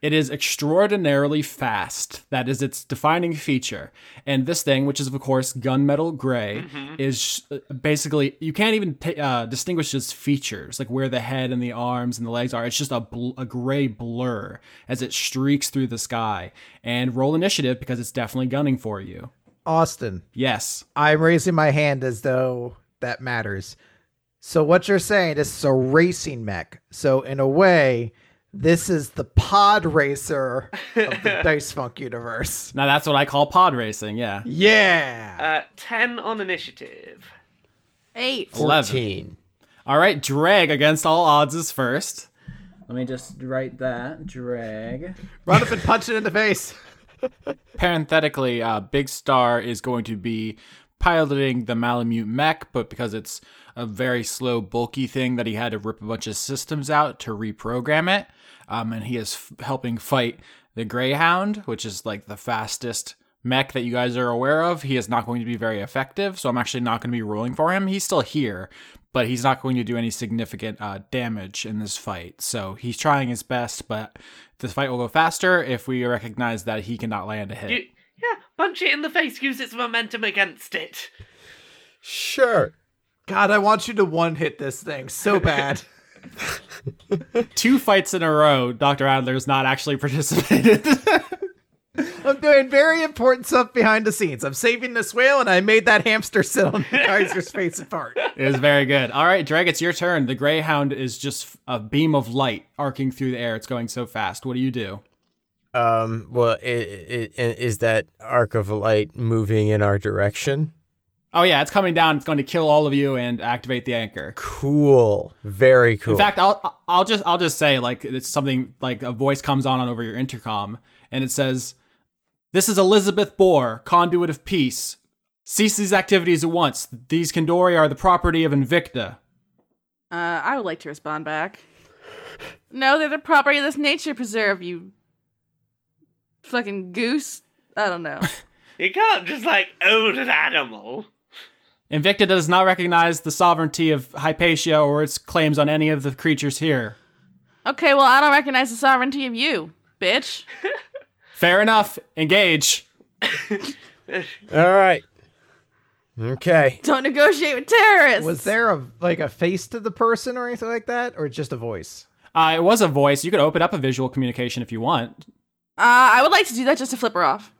it is extraordinarily fast. That is its defining feature. And this thing, which is of course gunmetal gray, is uh, basically you can't even ta uh, distinguish its features, like where the head and the arms and the legs are. It's just a bl- a gray blur as it streaks through the sky. And roll initiative because it's definitely gunning for you. Austin, Yes. I'm raising my hand as though that matters. So what you're saying is a racing mech. So in a way, this is the pod racer of the Dice Funk universe. Now that's what I call pod racing. Yeah. Yeah. Uh, ten on initiative. Eight. 14. All right, drag against all odds is first. Let me just write that. Drag. Run up and punch it in the face. Parenthetically, uh, Big Star is going to be piloting the Malamute mech, but because it's a very slow, bulky thing that he had to rip a bunch of systems out to reprogram it, um, and he is f- helping fight the Greyhound, which is like the fastest mech that you guys are aware of. He is not going to be very effective, so I'm actually not going to be rolling for him. He's still here, but he's not going to do any significant uh, damage in this fight. So he's trying his best, but this fight will go faster if we recognize that he cannot land a hit. You, yeah, punch it in the face. Use its momentum against it. Sure. God, I want you to one hit this thing so bad. Two fights in a row, Dr. Adler's not actually (laughs) participated. I'm doing very important stuff behind the scenes. I'm saving this whale, and I made that hamster sit on the Kaiser's face apart. It was very good. All right, Drag, it's your turn. The Greyhound is just a beam of light arcing through the air. It's going so fast. What do you do? Um, well, i i i- is that arc of light moving in our direction? Oh, yeah, it's coming down. It's going to kill all of you and activate the anchor. Cool. Very cool. In fact, I'll I'll just I'll just say like it's something like a voice comes on on over your intercom and it says, "This is Elizabeth Bohr, conduit of peace. Cease these activities at once. These Kandori are the property of Invicta." Uh, I would like to respond back. No, they're the property of this nature preserve. You fucking goose. I (laughs) don't know. You can't just like own an animal. Invicta does not recognize the sovereignty of Hypatia or its claims on any of the creatures here. Okay, well I don't recognize the sovereignty of you, bitch. (laughs) Fair enough. Engage. All right. Okay. Don't negotiate with terrorists. Was there a like a face to the person or anything like that, or just a voice? Uh, it was a voice. You could open up a visual communication if you want. Uh, I would like to do that just to flip her off.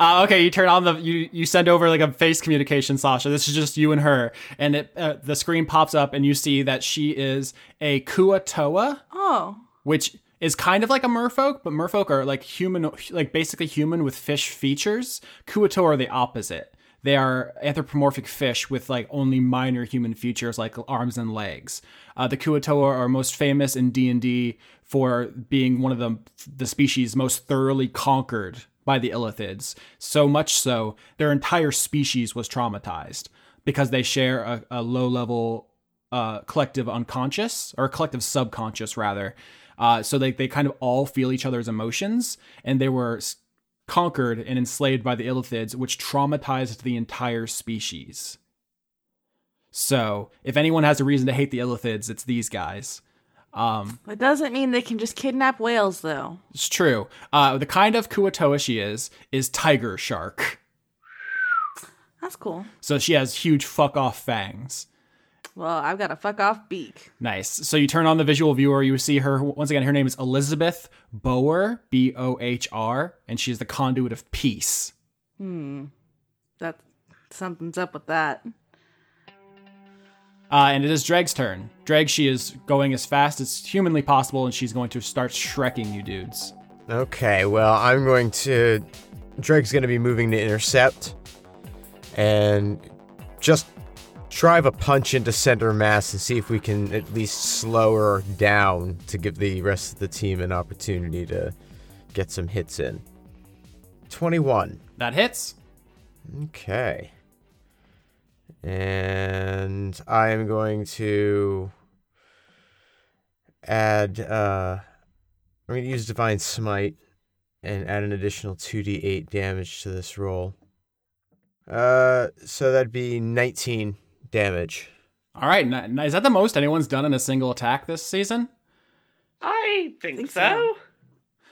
Uh, okay, you turn on the you you send over like a face communication, Sasha. This is just you and her, and it uh, the screen pops up, and you see that she is a Kuatoa, Oh, which is kind of like a Merfolk, but Merfolk are like human, like basically human with fish features. Kuatoa are the opposite. They are anthropomorphic fish with like only minor human features, like arms and legs. Uh, the Kuatoa are most famous in D and D for being one of the the species most thoroughly conquered by the Illithids. So much so, their entire species was traumatized because they share a, a low level uh, collective unconscious or collective subconscious rather. Uh, so they they kind of all feel each other's emotions, and they were s- conquered and enslaved by the Illithids, which traumatized the entire species. So if anyone has a reason to hate the Illithids, it's these guys. Um, that doesn't mean they can just kidnap whales, though. it's true. Uh, the kind of Kuatoa she is is tiger shark. That's cool. So she has huge fuck off fangs. Well, I've got a fuck off beak. Nice. So you turn on the visual viewer. You see her once again. Her name is Elizabeth Bower, B O H R, and she is the conduit of peace. Hmm. That something's up with that. Uh, and it is Dreg's turn. Dreg, she is going as fast as humanly possible, and she's going to start shrekking you dudes. Okay, well, I'm going to. Drake's going to be moving to intercept and just drive a punch into center mass and see if we can at least slow her down to give the rest of the team an opportunity to get some hits in. 21. That hits. Okay. And I am going to add uh I'm going to use divine smite and add an additional 2d8 damage to this roll. Uh so that'd be 19 damage. All right. ni- ni- Is that the most anyone's done in a single attack this season? I think, Think so. so.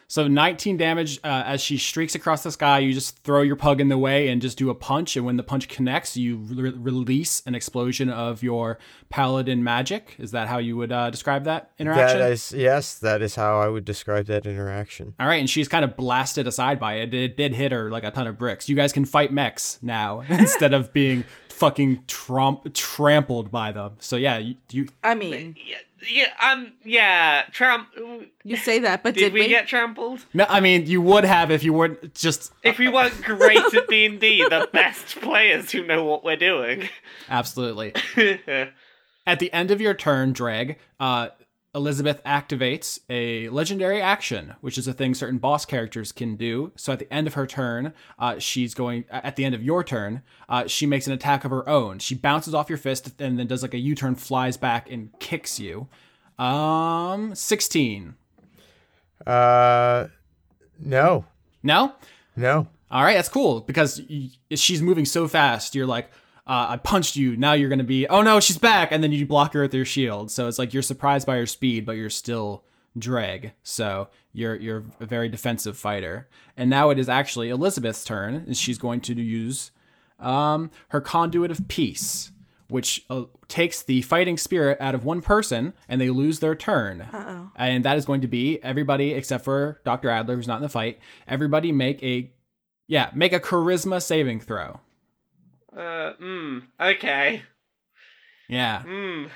So 19 damage uh, as she streaks across the sky. You just throw your pug in the way and just do a punch. And when the punch connects, you re- release an explosion of your paladin magic. Is that how you would uh, describe that interaction? That is yes, that is how I would describe that interaction. All right, and she's kind of blasted aside by it. It did hit her like a ton of bricks. You guys can fight mechs now (laughs) instead of being fucking trump- trampled by them. So yeah, you, you I mean, Yeah, yeah, um, yeah. Tramp. Did, you say that, but did, we, get trampled? no, I mean you would have if you weren't just If we weren't great at D and D, (laughs) the best players who know what we're doing. (laughs) Uh, absolutely. At the end of your turn, Drag, uh, Elizabeth activates a legendary action, which is a thing certain boss characters can do. So at the end of her turn, uh, she's going, at the end of your turn, uh, she makes an attack of her own. She bounces off your fist and then does like a U turn, flies back, and kicks you. Um, 16. Uh no. No? No. All right, that's cool because y- she's moving so fast. You're like, uh, I punched you. Now you're gonna be, oh no, she's back, and then you block her with your shield. So it's like you're surprised by her speed, but you're still drag. So you're you're a very defensive fighter. And now it is actually Elizabeth's turn, and she's going to use um, her conduit of peace, which uh, takes the fighting spirit out of one person, and they lose their turn. Uh-oh. And that is going to be everybody except for Dr. Adler, who's not in the fight. Everybody make a yeah, make a charisma saving throw. Uh, mm, okay. Yeah, Mm.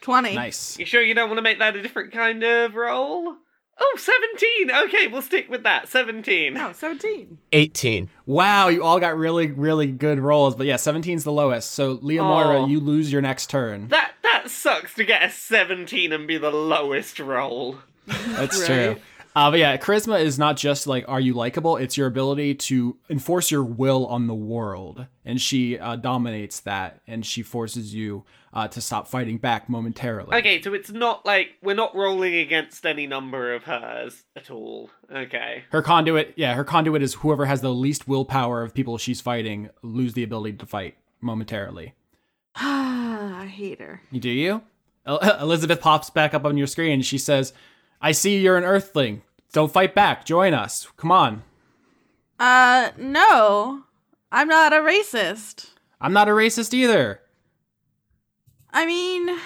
20. nice. You sure you don't want to make that a different kind of roll? Oh, 17! Okay, we'll stick with that. 17. Oh, 17. 18. Wow, you all got really, really good rolls, but yeah, 17's the lowest. So, Leah Moira, Aw. you lose your next turn. That that sucks to get a 17 and be the lowest roll. That's true. Uh, but yeah, charisma is not just like are you likable; it's your ability to enforce your will on the world, and she uh, dominates that, and she forces you uh, to stop fighting back momentarily. Okay, so it's not like we're not rolling against any number of hers at all. Okay. Her conduit, yeah, her conduit is whoever has the least willpower of people she's fighting lose the ability to fight momentarily. (sighs) I hate her. You Do you? El- (laughs) Elizabeth pops back up on your screen. She says, I see you're an earthling. Don't fight back. Join us. Come on. Uh, no. I'm not a racist. I'm not a racist either. I mean,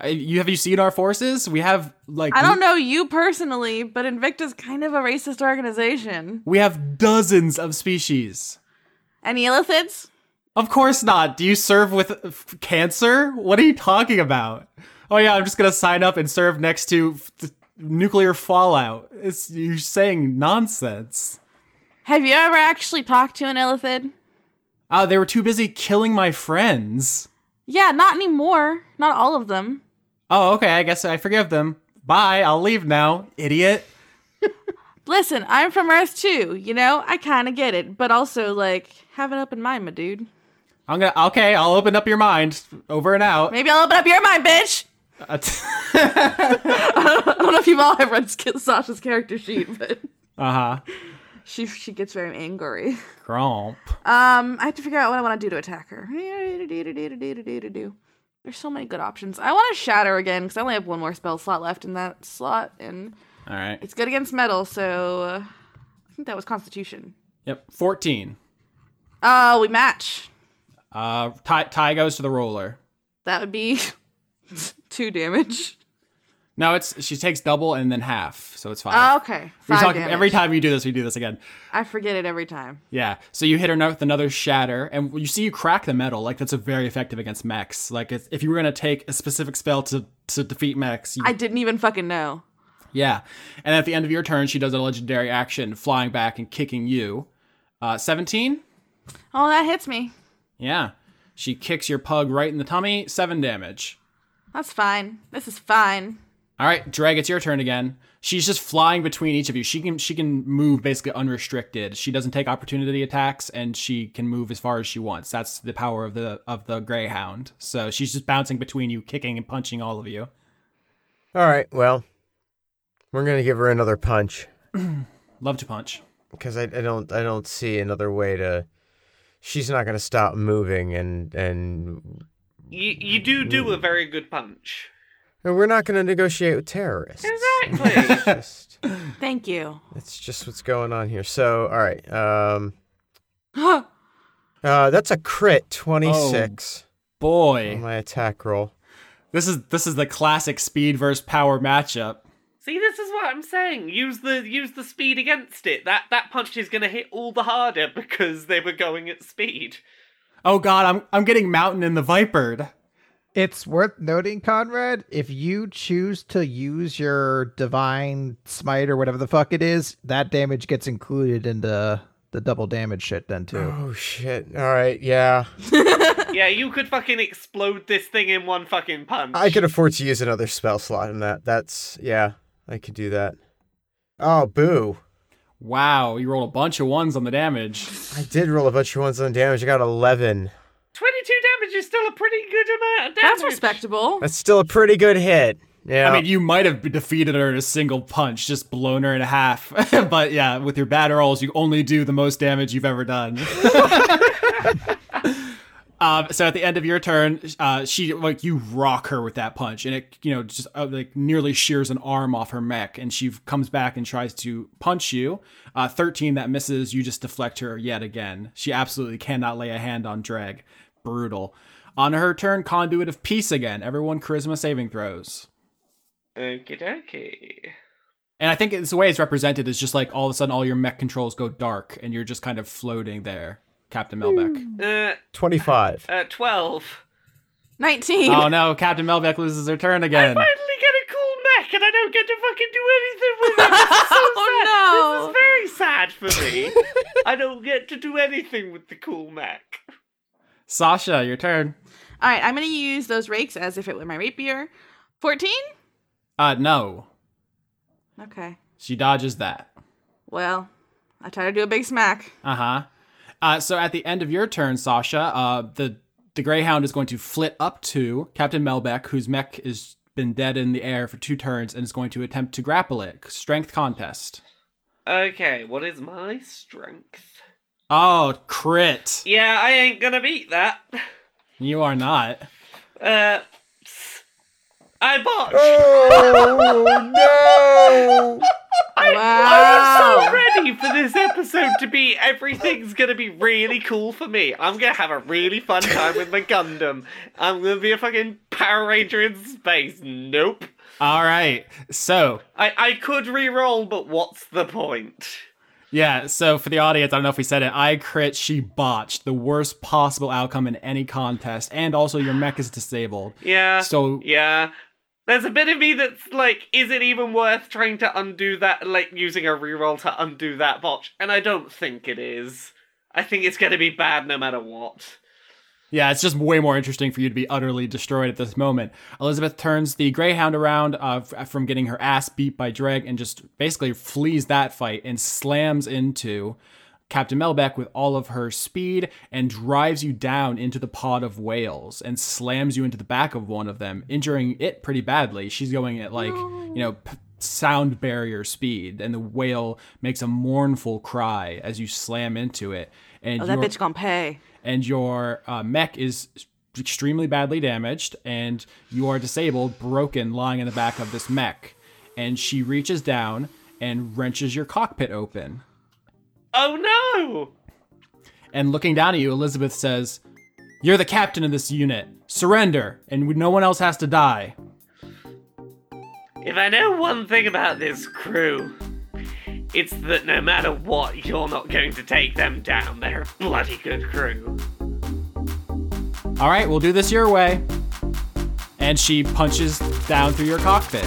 I- You have you seen our forces? We have like I don't know you personally, but Invicta's kind of a racist organization. We have dozens of species. Any illithids? Of course not. Do you serve with f- cancer? What are you talking about? Oh yeah, I'm just gonna sign up and serve next to f- th- nuclear fallout. It's you're saying nonsense. Have you ever actually talked to an illithid? Ah, they were too busy killing my friends. Yeah, not anymore. Not all of them. Oh, okay. I guess I forgive them. Bye. I'll leave now, idiot. Listen, I'm from Earth too, you know? I kind of get it, but also, like, have an open mind, my dude. I'm gonna. Okay, I'll open up your mind. Over and out. Maybe I'll open up your mind, bitch! (laughs) Uh, t- I don't know if you've all have read Sk- Sasha's character sheet, (laughs) but (laughs) uh-huh. she she gets very angry. Gromp. Um, I have to figure out what I want to do to attack her. There's so many good options. I want to shatter again because I only have one more spell slot left in that slot, and All right. it's good against metal, so uh, I think that was Constitution. Yep. Fourteen. Oh, we match. Uh, Ty, Ty goes to the roller. That would be (laughs) two damage. No, it's she takes double and then half, so it's five. Oh, okay. we Five talk damage. every time you do this. We do this again. I forget it every time. Yeah. So you hit her with another shatter, and you see you crack the metal. Like that's a very effective against mechs. Like if, if you were gonna take a specific spell to to defeat mechs, you, I didn't even fucking know. yeah. And at the end of your turn, she does a legendary action, flying back and kicking you. Uh, Seventeen. Oh, that hits me. Yeah. She kicks your pug right in the tummy. Seven damage. That's fine. This is fine. All right, Drag, it's your turn again. She's just flying between each of you. She can she can move basically unrestricted. She doesn't take opportunity attacks and she can move as far as she wants. That's the power of the of the greyhound. So she's just bouncing between you, kicking and punching all of you. All right, well, we're gonna give her another punch Love to punch. because I, I don't I don't see another way to. She's not gonna stop moving, and and You you do do a very good punch. and we're not gonna negotiate with terrorists. Exactly. (laughs) It's just Thank you. that's just what's going on here. So all right, um, oh, uh, that's a crit twenty six on Boy, my attack roll. this is this is the classic speed versus power matchup. See, this is what I'm saying. Use the use the speed against it. That that punch is going to hit all the harder because they were going at speed. Oh god, I'm I'm getting Mountain in the Vipered. It's worth noting, Conrad, if you choose to use your divine smite or whatever the fuck it is, that damage gets included in the the double damage shit then too. Oh shit! All right, yeah, yeah, you could fucking explode this thing in one fucking punch. I could afford to use another spell slot in that. That's yeah, I could do that. Oh boo! Wow, you rolled a bunch of ones on the damage. I did roll a bunch of ones on damage. I got eleven. 22 damage is still a pretty good amount of damage. that's respectable. That's still a pretty good hit. Yeah. I mean, you might have defeated her in a single punch, just blown her in half. (laughs) but yeah, with your bad rolls, you only do the most damage you've ever done. (laughs) um, so at the end of your turn, uh, she like you rock her with that punch, and it you know just uh, like nearly shears an arm off her mech, and she comes back and tries to punch you. Uh, Thirteen that misses, you just deflect her yet again. She absolutely cannot lay a hand on Drag. Brutal. On her turn, conduit of peace again. Everyone charisma saving throws. Okie dokie. And I think it's the way it's represented is just like all of a sudden all your mech controls go dark and you're just kind of floating there, Captain Melbeck. Uh, 25. uh, 12. 19. oh no, Captain Melbeck loses her turn (laughs) again. Finally get a cool mech and I don't get to fucking do anything with it. This is so sad. This (laughs) oh is very sad for me. I don't get to do anything with the cool mech. Sasha, your turn. no. All right, I'm going to use those rakes as if it were my rapier. 14? Uh no. Okay. She dodges that. Well, I try to do a big smack. Uh-huh. Uh so at the end of your turn, Sasha, uh the the Greyhound is going to flit up to Captain Melbeck, whose mech has been dead in the air for two turns and is going to attempt to grapple it. Strength contest. Okay, what is my strength? Oh, crit. Yeah, I ain't gonna beat that. You are not. Uh, psst. I botched. Oh no! wow. I'm ready for this episode to be everything's gonna be really cool for me. I'm gonna have a really fun time with my Gundam. I'm gonna be a fucking Power Ranger in space. Nope. All right. So, I, I could re-roll, but what's the point? Yeah, so for the audience, I don't know if we said it. I crit, she botched. The worst possible outcome in any contest. And also, your mech is disabled. Yeah. So, Yeah. There's a bit of me that's like, is it even worth trying to undo that, like using a reroll to undo that botch? And I don't think it is. I think it's gonna be bad no matter what. yeah, it's just way more interesting for you to be utterly destroyed at this moment. Elizabeth turns the Greyhound around uh, f- from getting her ass beat by Dreg and just basically flees that fight and slams into Captain Melbeck with all of her speed and drives you down into the pod of whales and slams you into the back of one of them, injuring it pretty badly. She's going at like, you know, p- sound barrier speed, and the whale makes a mournful cry as you slam into it. And Oh, that your, bitch gonna pay. and your uh, mech is extremely badly damaged, and you are disabled, broken, lying in the back of this mech. And she reaches down and wrenches your cockpit open. Oh no! And looking down at you, Elizabeth says, You're the captain of this unit. Surrender, and no one else has to die. If I know one thing about this crew, it's that no matter what, you're not going to take them down. They're a bloody good crew. All right, we'll do this your way. And she punches down through your cockpit.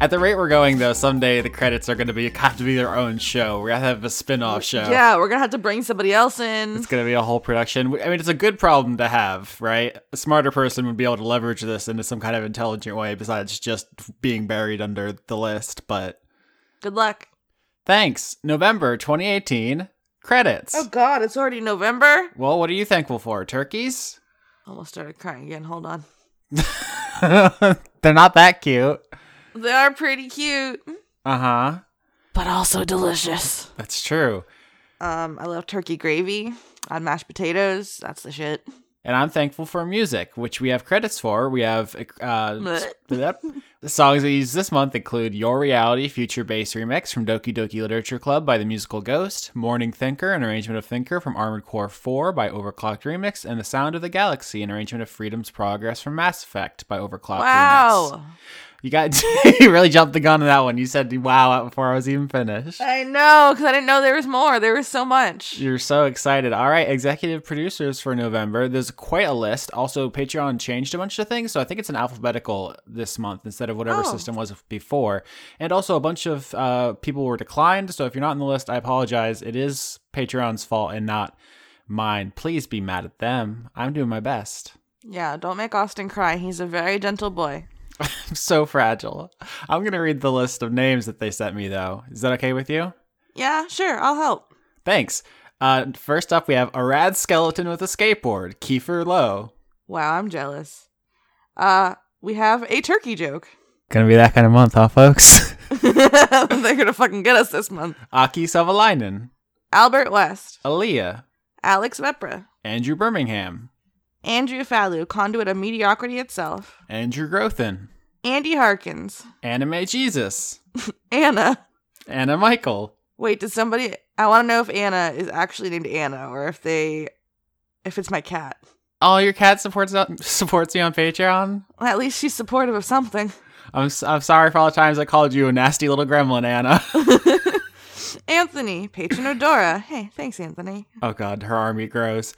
At the rate we're going, though, someday the credits are going to be have to be their own show. We're going to have a spin-off show. Yeah, we're gonna have to bring somebody else in. Mm-hmm. It's going to be a whole production. I mean, it's a good problem to have, right? A smarter person would be able to leverage this into some kind of intelligent way besides just being buried under the list. But Good luck. thanks. November 2018, credits. Oh God, it's already November. Well, what are you thankful for? Turkeys? Almost started crying again. Hold on. (laughs) They're not that cute. They are pretty cute, Uh huh. but also delicious. That's true. Um, I love turkey gravy on mashed potatoes. That's the shit. And I'm thankful for music, which we have credits for. We have uh, (laughs) Yep. The songs we used this month include Your Reality Future Bass Remix from Doki Doki Literature Club by The Musical Ghost, Morning Thinker, an arrangement of Thinker from Armored Core 4 by Overclocked Remix, and The Sound of the Galaxy, an arrangement of Freedom's Progress from Mass Effect by Overclocked Remix. Wow. You got (laughs) you really jumped the gun on that one. You said wow before I was even finished. I know, because I didn't know there was more. There was so much. You're so excited. All right, executive producers for November. There's quite a list. Also, Patreon changed a bunch of things. So I think it's an alphabetical this month instead of whatever Oh. system was before. And also, a bunch of uh, people were declined. So if you're not on the list, I apologize. It is Patreon's fault and not mine. Please be mad at them. I'm doing my best. (laughs) Yeah, don't make Austin cry. He's a very gentle boy. I'm so fragile. I'm going to read the list of names that they sent me, though. Is that okay with you? Yeah, sure, I'll help. Thanks. Uh, first up, we have a rad skeleton with a skateboard, Kiefer Lowe. Wow, I'm jealous. Uh, we have a turkey joke. (laughs) Gonna be that kind of month, huh, folks? (laughs) They're gonna fucking get us this month. Aki Savalainen, Albert West, Aaliyah, Alex Vepra, Andrew Birmingham, Andrew Fallu, conduit of mediocrity itself, Andrew Grothin, Andy Harkins, Anime Jesus, Anna. Anna Michael, Wait, did somebody? I want to know if Anna is actually named Anna or if they, if it's my cat. all your cat supports supports you on (laughs) Patreon. Well, at least she's supportive of something. I'm s- I'm sorry for all the times I called you a nasty little gremlin, Anna. (laughs) Anthony, patron of Dora. Hey, thanks, Anthony. oh God, her army grows.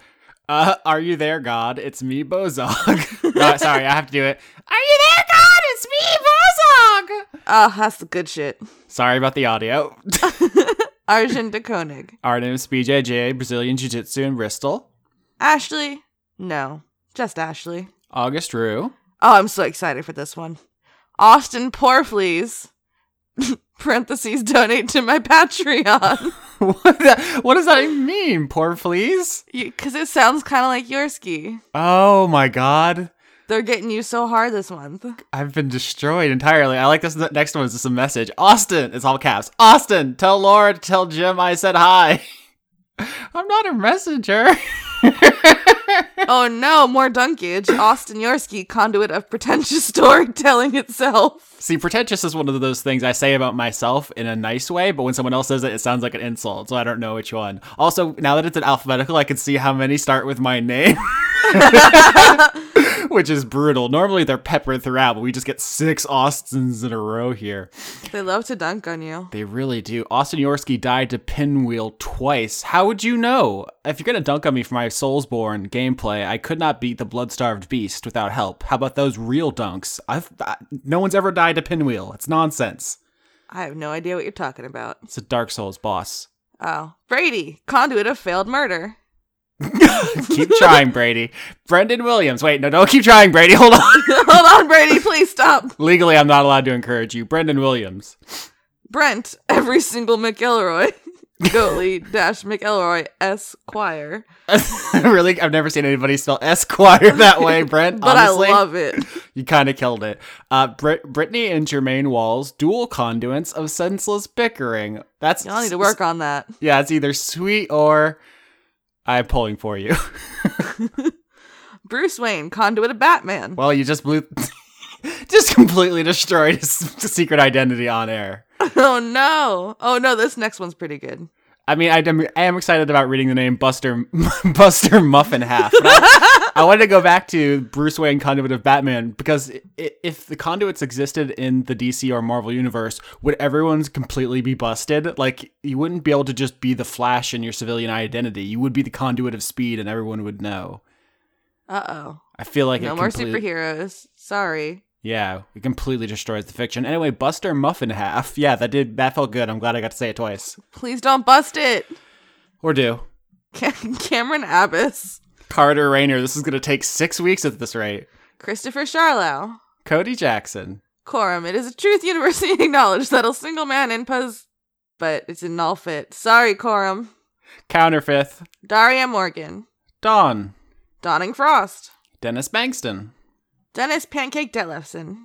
Uh, are you there, God? It's me, Bozog. (laughs) no, sorry, I have to do it. Are you there, God? It's me, Bozog. Oh, that's the good shit. Sorry about the audio. (laughs) Arjun de Koenig. Our name is BJJ, Brazilian Jiu Jitsu in Bristol. Ashley? No, just Ashley. August Rue. Oh, I'm so excited for this one. Austin Porfleas. (laughs) Parentheses donate to my (laughs) Patreon. (laughs) (laughs) what, the- what does that even mean, poor fleas? Because it sounds kind of like Yorski. Oh my god. They're getting you so hard this month. I've been destroyed entirely. I like this ne- next one. Is just a message. Austin, it's all caps. Austin, tell Laura to tell Jim I said hi. (laughs) I'm not a messenger. Oh no, more dunkage. Austin Yorski, conduit of pretentious (laughs) storytelling itself. See, pretentious is one of those things I say about myself in a nice way, but when someone else says it, it sounds like an insult. So I don't know which one. Also, now that it's in alphabetical, I can see how many start with my name, (laughs) which is brutal. Normally they're peppered throughout, but we just get six Austins in a row here. They love to dunk on you. They really do. Austin Yorsky died to Pinwheel twice. How would you know? If you're going to dunk on me for my Soulsborne gameplay, I could not beat the blood-starved beast without help. How about those real dunks? I've I, no one's ever died to Pinwheel. It's nonsense. I have no idea what you're talking about. It's a Dark Souls boss. (laughs) Oh, Brady, conduit of failed murder. (laughs) keep trying, Brady. Brendan Williams. Wait, no, don't keep trying, Brady. (laughs) Hold on. Hold on, Brady, please stop. Legally, I'm not allowed to encourage you. Brendan Williams. (laughs) Brent, (laughs) every single McElroy. (laughs) Goatley dash McElroy Esquire. really, I've never seen anybody spell Esquire that way, Brent. But honestly. I love it. you kind of killed it. Uh, Brit- Brittany and Jermaine Walls, dual conduits of senseless bickering. That's Y'all need (laughs) to work on that. Yeah, it's either sweet or I'm pulling for you. (laughs) Bruce Wayne, conduit of Batman. well, you just blew, (laughs) just completely destroyed his (laughs) secret identity on air. (laughs) Oh no. Oh no, this next one's pretty good. I mean, I am, I am excited about reading the name Buster (laughs) Buster Muffin Half. but I, I wanted to go back to Bruce Wayne Conduit of Batman because i- if the conduits existed in the DC or Marvel universe, would everyone's completely be busted? Like you wouldn't be able to just be the Flash in your civilian identity. You would be the conduit of speed, and everyone would know. Uh-oh. I feel like no it more complete- superheroes. Sorry. Yeah, it completely destroys the fiction. Anyway, Buster Muffin Half. Yeah, that did that felt good. I'm glad I got to say it twice. Please don't bust it. (laughs) Or do. Cam- Cameron Abbas, Carter Rayner. This is going to take six weeks at this rate. Christopher Charlow, Cody Jackson. Quorum. It is a truth university (laughs) acknowledged that a single man impose, but it's a null fit. Sorry, Quorum. Counterfifth. Daria Morgan, Don. Dawning Frost, Dennis Bankston. Dennis Pancake Detlefson.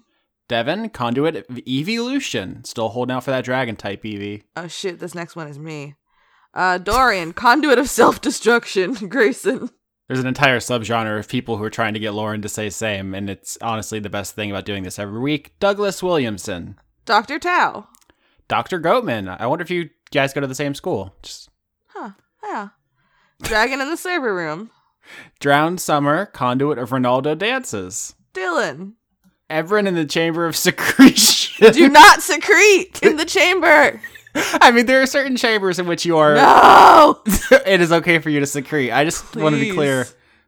Devin, Conduit of Evolution. Still holding out for that dragon type EV. Oh shit, this next one is me. Uh, Dorian, conduit of self destruction. (laughs) Grayson. There's an entire subgenre of people who are trying to get Lauren to say same, and it's honestly the best thing about doing this every week. Douglas Williamson. Dr. Tao. Dr. Goatman. I wonder if you guys go to the same school. Just Huh. Yeah. Dragon in the server room. Drowned Summer, Conduit of Ronaldo Dances. Dylan. Everin in the Chamber of (laughs) Secretion. (laughs) Do not secrete in the chamber. I mean, there are certain chambers in which you are. No. (laughs) it is okay for you to secrete. I just want to be Please. clear.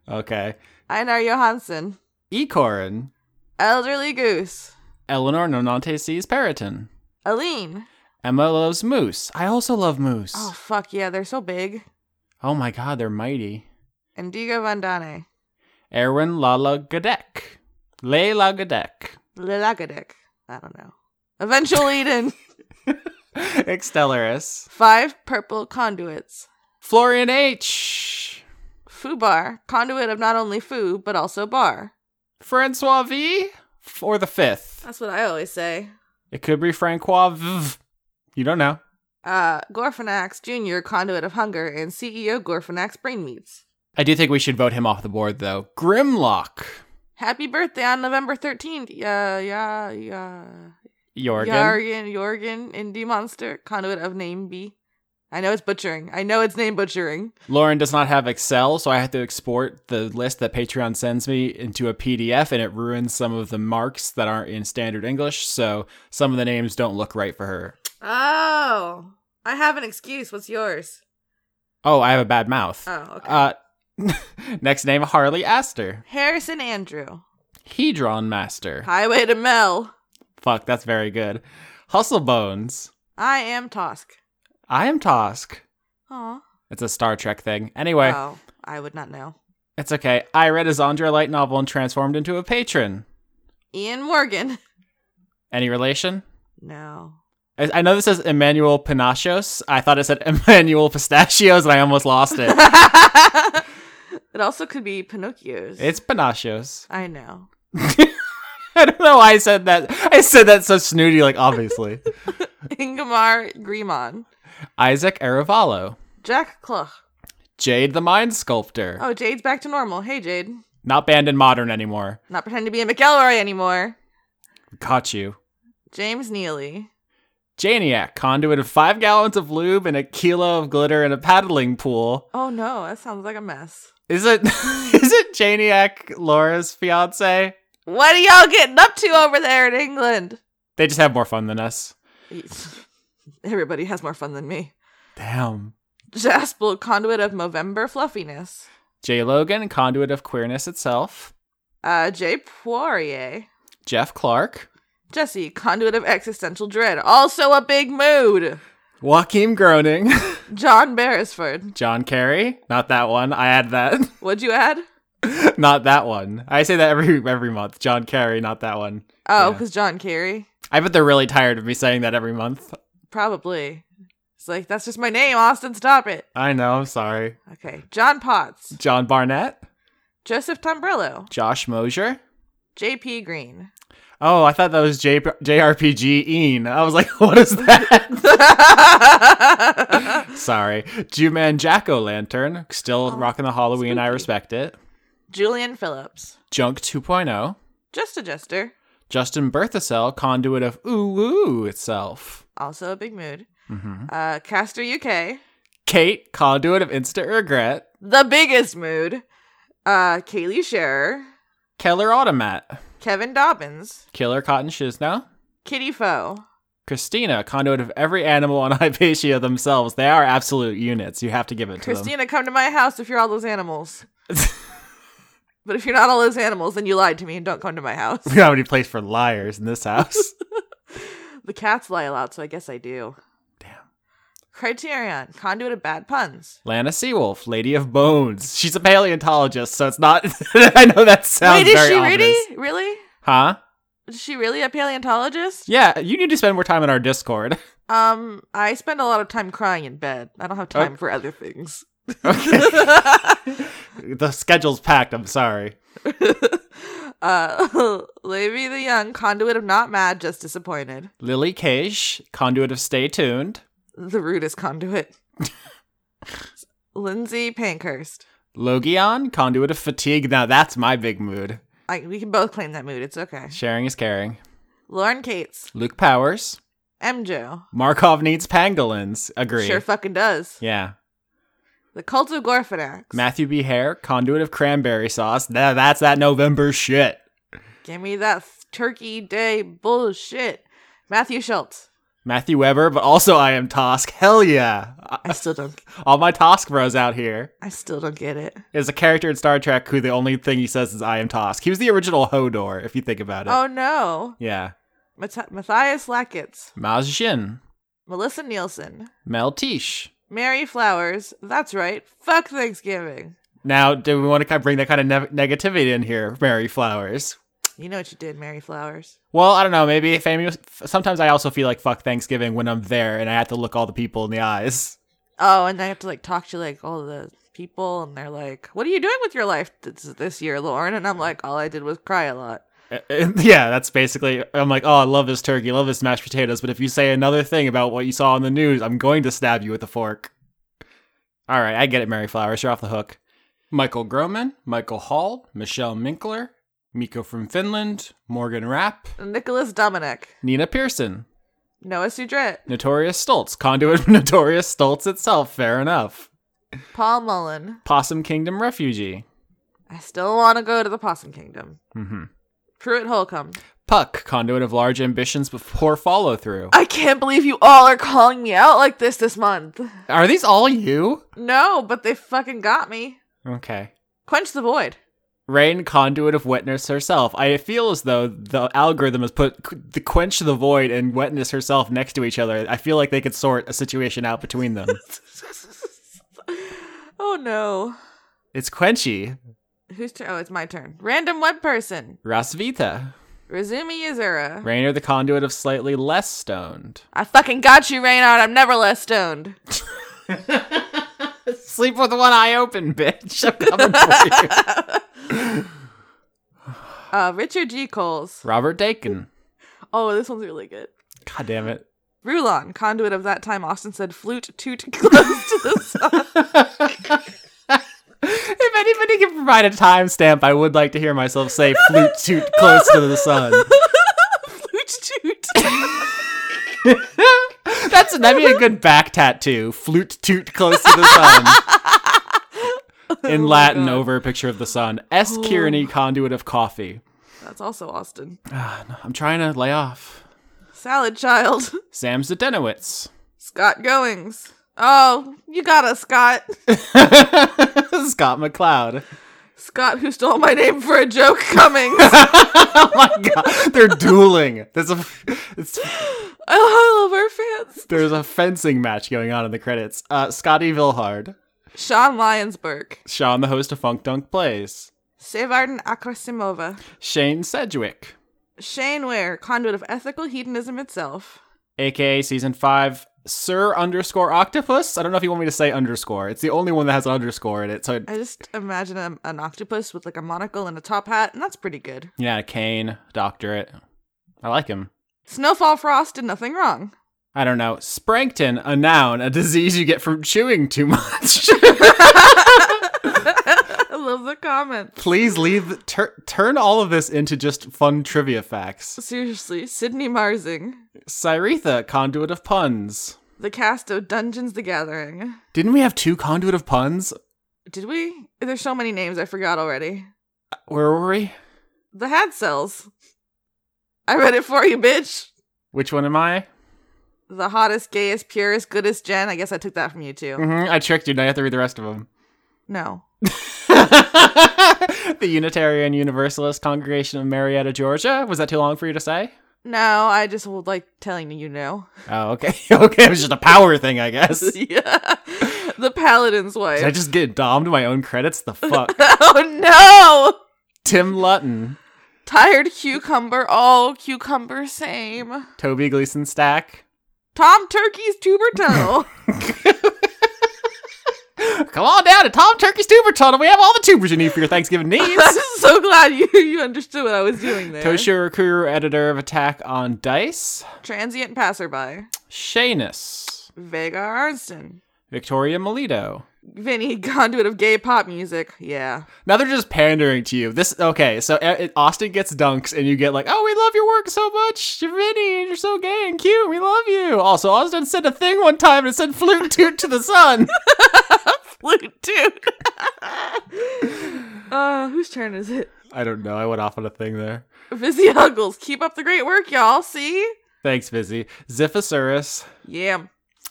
Okay. Einar Johansson. Ecorin, Elderly Goose. Eleanor Nonante sees Periton. Aline. Emma loves moose. I also love moose. Oh Oh, fuck yeah, they're so big. my god, they're mighty. Indigo Vandane. Erwin Lala Gadek. Leila Gadek. Lilagadek. I don't know. Eventual Eden. (laughs) Extellaris. Five purple conduits. Florian H. Fubar, conduit of not only foo, but also bar. Francois V. For the fifth. That's what I always say. It could be Francois V. You don't know. Uh, Gorfanax Jr., conduit of hunger, and CEO Gorfanax Brain Meats. I do think we should vote him off the board, though. Grimlock. Happy birthday on November 13th. Yeah, yeah, yeah. Jorgen. Jorgen, Jorgen, indie monster, conduit of name B. I know it's butchering. I know it's name butchering. Lauren does not have Excel, so I have to export the list that Patreon sends me into a PDF, and it ruins some of the marks that aren't in standard English. So some of the names don't look right for her. Oh, I have an excuse. What's yours? Oh, I have a bad mouth. Oh, okay. Uh, (laughs) next name Harley Astor, Harrison Andrew, Hedron Master. Highway to Mel. Fuck, that's very good. Hustle Bones. I am Tosk. I am Tosk. Aw. It's a Star Trek thing. Anyway, Oh, I would not know. it's okay. I read his Andre Light novel and transformed into a patron. Ian Morgan. Any relation? No. I I know this says Emmanuel Pinachos. I thought it said (laughs) Emmanuel Pistachios, and I almost lost it. (laughs) it also could be Pinocchio's. it's Pinachos. I know. (laughs) (laughs) I don't know why I said that. I said that so snooty, like obviously. Ingemar Grimon. Isaac Arevalo, Jack Cluch. Jade the Mind Sculptor, Oh, Jade's back to normal. Hey, Jade. not banned in modern anymore. Not pretend to be a McElroy anymore. Caught you. James Neely. Janiac, conduit of five gallons of lube and a kilo of glitter in a paddling pool. Oh no, that sounds like a mess. Is it? (laughs) is it Janiac Laura's fiance? What are y'all getting up to over there in England? (laughs) They just have more fun than us. Everybody has more fun than me. Damn. Jaspel, conduit of Movember fluffiness. J Logan, conduit of queerness itself. Uh, Jay Poirier. Jeff Clark, Jesse, conduit of existential dread. Also a big mood. Joaquin Groening, (laughs) John Beresford. John Kerry. Not that one. I add that. (laughs) What'd you add? not that one. I say that every every month. John Kerry, not that one. Oh, Yeah. because John Kerry? I bet they're really tired of me saying that every month. Probably. It's like, that's just my name, Austin, stop it. I know. I'm sorry. Okay. John Potts. John Barnett, Joseph Tombrello. Josh Mosier, JP Green. Oh, I thought that was J- JRPG Ean. I was like, (laughs) what is that? Sorry. Jew Man Jack O' Lantern, still rocking the Halloween. I respect it. Julian Phillips. Junk oh. 2.0. Just a jester. Justin Berthasell, conduit of Ooh Ooh itself. Also a big mood. Uh, Caster UK. Kate, conduit of instant regret. The biggest mood. Uh, Kaylee Scherer. Keller Automat. Kevin Dobbins. Killer Cotton Shizna. Kitty Foe. Christina, conduit of every animal on (laughs) Hypatia themselves. They are absolute units. You have to give it to them. Christina, come to my house if you're all those animals. but if you're not all those animals, then you lied to me and don't come to (laughs) my house. We don't have any place for liars in this (laughs) house. the cats lie a lot, so I guess I do. Damn. Criterion, conduit of bad puns. Lana Seawolf, Lady of Bones. She's a paleontologist, so it's not. (laughs) I know that sounds Wait, is very she ominous. really? Really? Huh? Is she really a paleontologist? Yeah, you need to spend more time in our Discord. (laughs) Um, I spend a lot of time crying in bed. I don't have time for other things. the schedule's packed. I'm sorry. Uh, (laughs) Levy the Young, conduit of not mad, just disappointed. Lily Cash, conduit of Stay Tuned. The (laughs) rudest conduit. Lindsay Pankhurst. Logion, conduit of fatigue. Now that's my big mood. I, we can both claim that mood. It's okay. Sharing is caring. Lauren Cates. Luke Powers. MJO. Markov needs pangolins. Agree. Sure fucking does. Yeah. The Cult of Gorfanax. Matthew B. Hare, conduit of cranberry sauce. Now that's that November shit. Give me that th- turkey day bullshit. Matthew Schultz. Matthew Weber, but also I am Tosk. Hell yeah. I still don't. All my Tosk bros out here I still don't get it. is a character in Star Trek who the only thing he says is I am Tosk. He was the original Hodor, if you think about it. Oh no. Yeah. Matt- Matthias Lackitz. Maz Jin, Melissa Nielsen. Mel Tish. Mary Flowers. That's right. Fuck Thanksgiving. Now, do we want to kind of bring that kind of ne- negativity in here, Mary Flowers? You know what you did, Mary Flowers. Well, I don't know. Maybe if Amy was, f- sometimes I also feel like fuck Thanksgiving when I'm there and I have to look all the people in the eyes. Oh, and I have to like talk to like all the people, and they're like, "What are you doing with your life this, this year, Lauren?" And I'm like, "All I did was cry a lot." Uh, uh, (laughs) yeah, that's basically. I'm like, oh, I love this turkey, love this mashed potatoes. But if you say another thing about what you saw on the news, I'm going to stab you with a fork. All right, I get it, Mary Flowers. You're off the hook. Michael Groman, Michael Hall, Michelle Minkler, Miko from Finland, Morgan Rapp, Nicholas Dominic, Nina Pearson, Noah Sudret, Notorious Stoltz, conduit of (laughs) Notorious Stoltz itself. Fair enough. Paul Mullen. Possum Kingdom refugee. I still want to go to the Possum Kingdom. Mm-hmm. Pruitt Holcomb. Puck, conduit of large ambitions but poor follow through. I can't believe you all are calling me out like this this month. Are these all you? No, but they fucking got me. Okay. Quench the void. (laughs) Rain, conduit of wetness herself. I feel as though the algorithm has put qu- the quench the void and wetness herself next to each other. I feel like they could sort a situation out between (laughs) them. Oh no. it's quenchy. Who's turn? Oh, it's my turn. Random web person. Rasvita. Razumi Yazura. Rainer, the conduit of slightly less stoned. I fucking got you, Reynard. I'm never less stoned. Sleep with one eye open, bitch. I'm coming (laughs) for you. Uh, Richard G. Coles. Robert Dakin. Oh, this one's really good. God damn it. Rulon, conduit of that time, Austin said flute toot (laughs) close to the sun. (laughs) If anybody can provide a timestamp, I would like to hear myself say flute toot close to the sun. flute toot. That's that'd be a good back tattoo. Flute toot close to the sun. In Latin, over a picture of the sun. S. Kearney, conduit of coffee. That's also Austin. I'm trying to lay off. Salad Child. (laughs) Sam (laughs) Zdenowitz. Scott Goings. Oh, you got us, Scott. Scott McCloud. Scott, who stole my name for a joke, Cummings. Oh my god, they're dueling. There's a it's, I love our fans. there's a fencing match going on in the credits. Uh, Scotty Vilhard, Sean Lyonsberg. Sean, the host of Funk Dunk Plays. Sevarden Akrasimova. Shane Sedgwick, Shane Ware, conduit of ethical hedonism itself. aka season five Sir underscore octopus. I don't know if you want me to say underscore. It's the only one that has an underscore in it. So I just imagine a, an octopus with like a monocle and a top hat, and that's pretty good. yeah, a cane, doctorate. I like him. Snowfall Frost did nothing wrong. (laughs) I don't know. Sprankton, a noun, a disease you get from chewing too much. (laughs) I love the comment. Please leave. The, tur- turn all of this into just fun trivia facts. Seriously, Sydney Marsing, Cyretha, conduit of puns. the cast of Dungeons the Gathering. Didn't we have two conduit of puns? Did we? There's so many names I forgot already. Where were we? The Had Cells. I read it for you, bitch. Which one am I? The hottest, gayest, purest, goodest Jen. I guess I took that from you too. hmm I tricked you. Now you have to read the rest of them. No. (laughs) the Unitarian Universalist Congregation of Marietta, Georgia. Was that too long for you to say? No, I just would like telling you (laughs) no. Oh, okay. okay, it was just a power thing, I guess. Did yeah. The Paladin's wife. I (laughs) just get domed my own credits? The fuck? oh no! Tim Lutton, Tired cucumber. Oh, cucumber, same. Toby Gleason Stack. Tom Turkey's tuber (laughs) tunnel. Come on down to Tom Turkey's Tuber Tunnel. We have all the tubers you need for your Thanksgiving needs. I'm so glad you, you understood what I was doing there. Toshiro Kuru, editor of Attack on Dice. Transient passerby. Shanus. Vega Arnston. Victoria Melito. Vinny, (laughs) conduit of gay pop music. Yeah. Now they're just pandering to you. This okay? So uh, it, Austin gets dunks, and you get like, "Oh, we love your work so much, you're Vinny, and you're so gay and cute. We love you." Also, Austin said a thing one time, and it said "flute toot to the sun." (laughs) Flute Duke. (laughs) uh, whose turn is it? I don't know. I went off on a thing there. Vizzy Uggles. Keep up the great work, y'all. See? Thanks, Vizzy. Ziphosaurus. Yeah.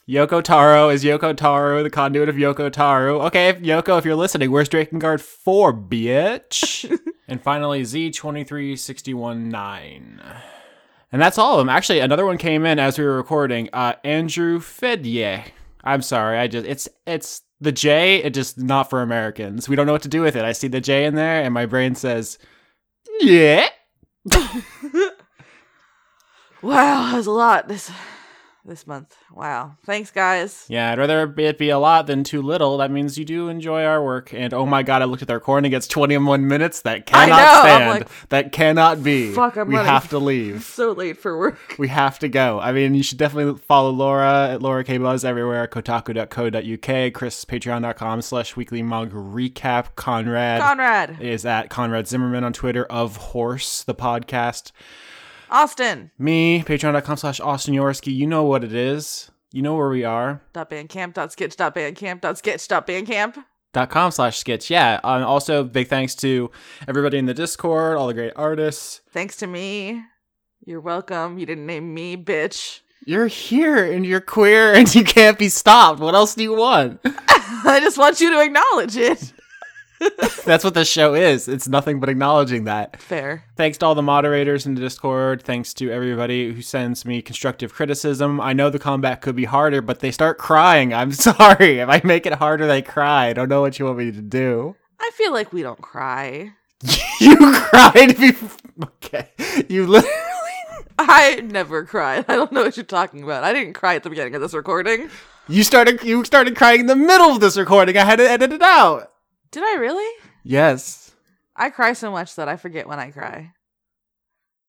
Yoko Taro is Yoko Taro, the conduit of Yoko Taro. Okay, if- Yoko, if you're listening, where's Drakengard 4, bitch? (laughs) and finally, Z23619. And that's all of them. Actually, another one came in as we were recording. Uh, Andrew Fedye. I'm sorry, I just it's it's the J, it just not for Americans. We don't know what to do with it. I see the J in there, and my brain says, yeah. Wow, that was a lot this this month. Wow. Thanks, guys. Yeah, I'd rather it be a lot than too little. That means you do enjoy our work. And oh my god, I looked at their corn against 21 minutes. That I cannot know, I'm stand. like, that cannot be. fuck, I'm we running. have to leave. So late for work. We have to go. I mean, you should definitely follow Laura at Laura K Buzz everywhere, kotaku.co.uk, Chris patreon.com slash weekly mug recap, Conrad. (laughs) Conrad. is at Conrad Zimmerman on Twitter of Horse, the podcast. Austin. Me, patreon.com slash Austin Yorsky. You know what it is. You know where we are. Dot bandcamp. Dot sketch. Dot bandcamp. Dot sketch. Dot bandcamp. dot com slash sketch yeah and also big thanks to everybody in the discord all the great artists Thanks to me. You're welcome. You didn't name me, bitch. (laughs) you're here and you're queer and you can't be stopped what else do you want I just want you to acknowledge it. that's what the show is it's nothing but acknowledging that Fair. Thanks to all the moderators in the Discord. Thanks to everybody who sends me constructive criticism. I know the combat could be harder, but they start crying. I'm (laughs) sorry. If I make it harder, they cry. I don't know what you want me to do. I feel like we don't cry. (laughs) you cried before. Okay. You literally. I never cried. (laughs) I don't know what you're talking about. I didn't cry at the beginning of this recording. You started you started crying in the middle of this recording. I had to edit it out. Did I really? Yes. I cry so much that I forget when I cry.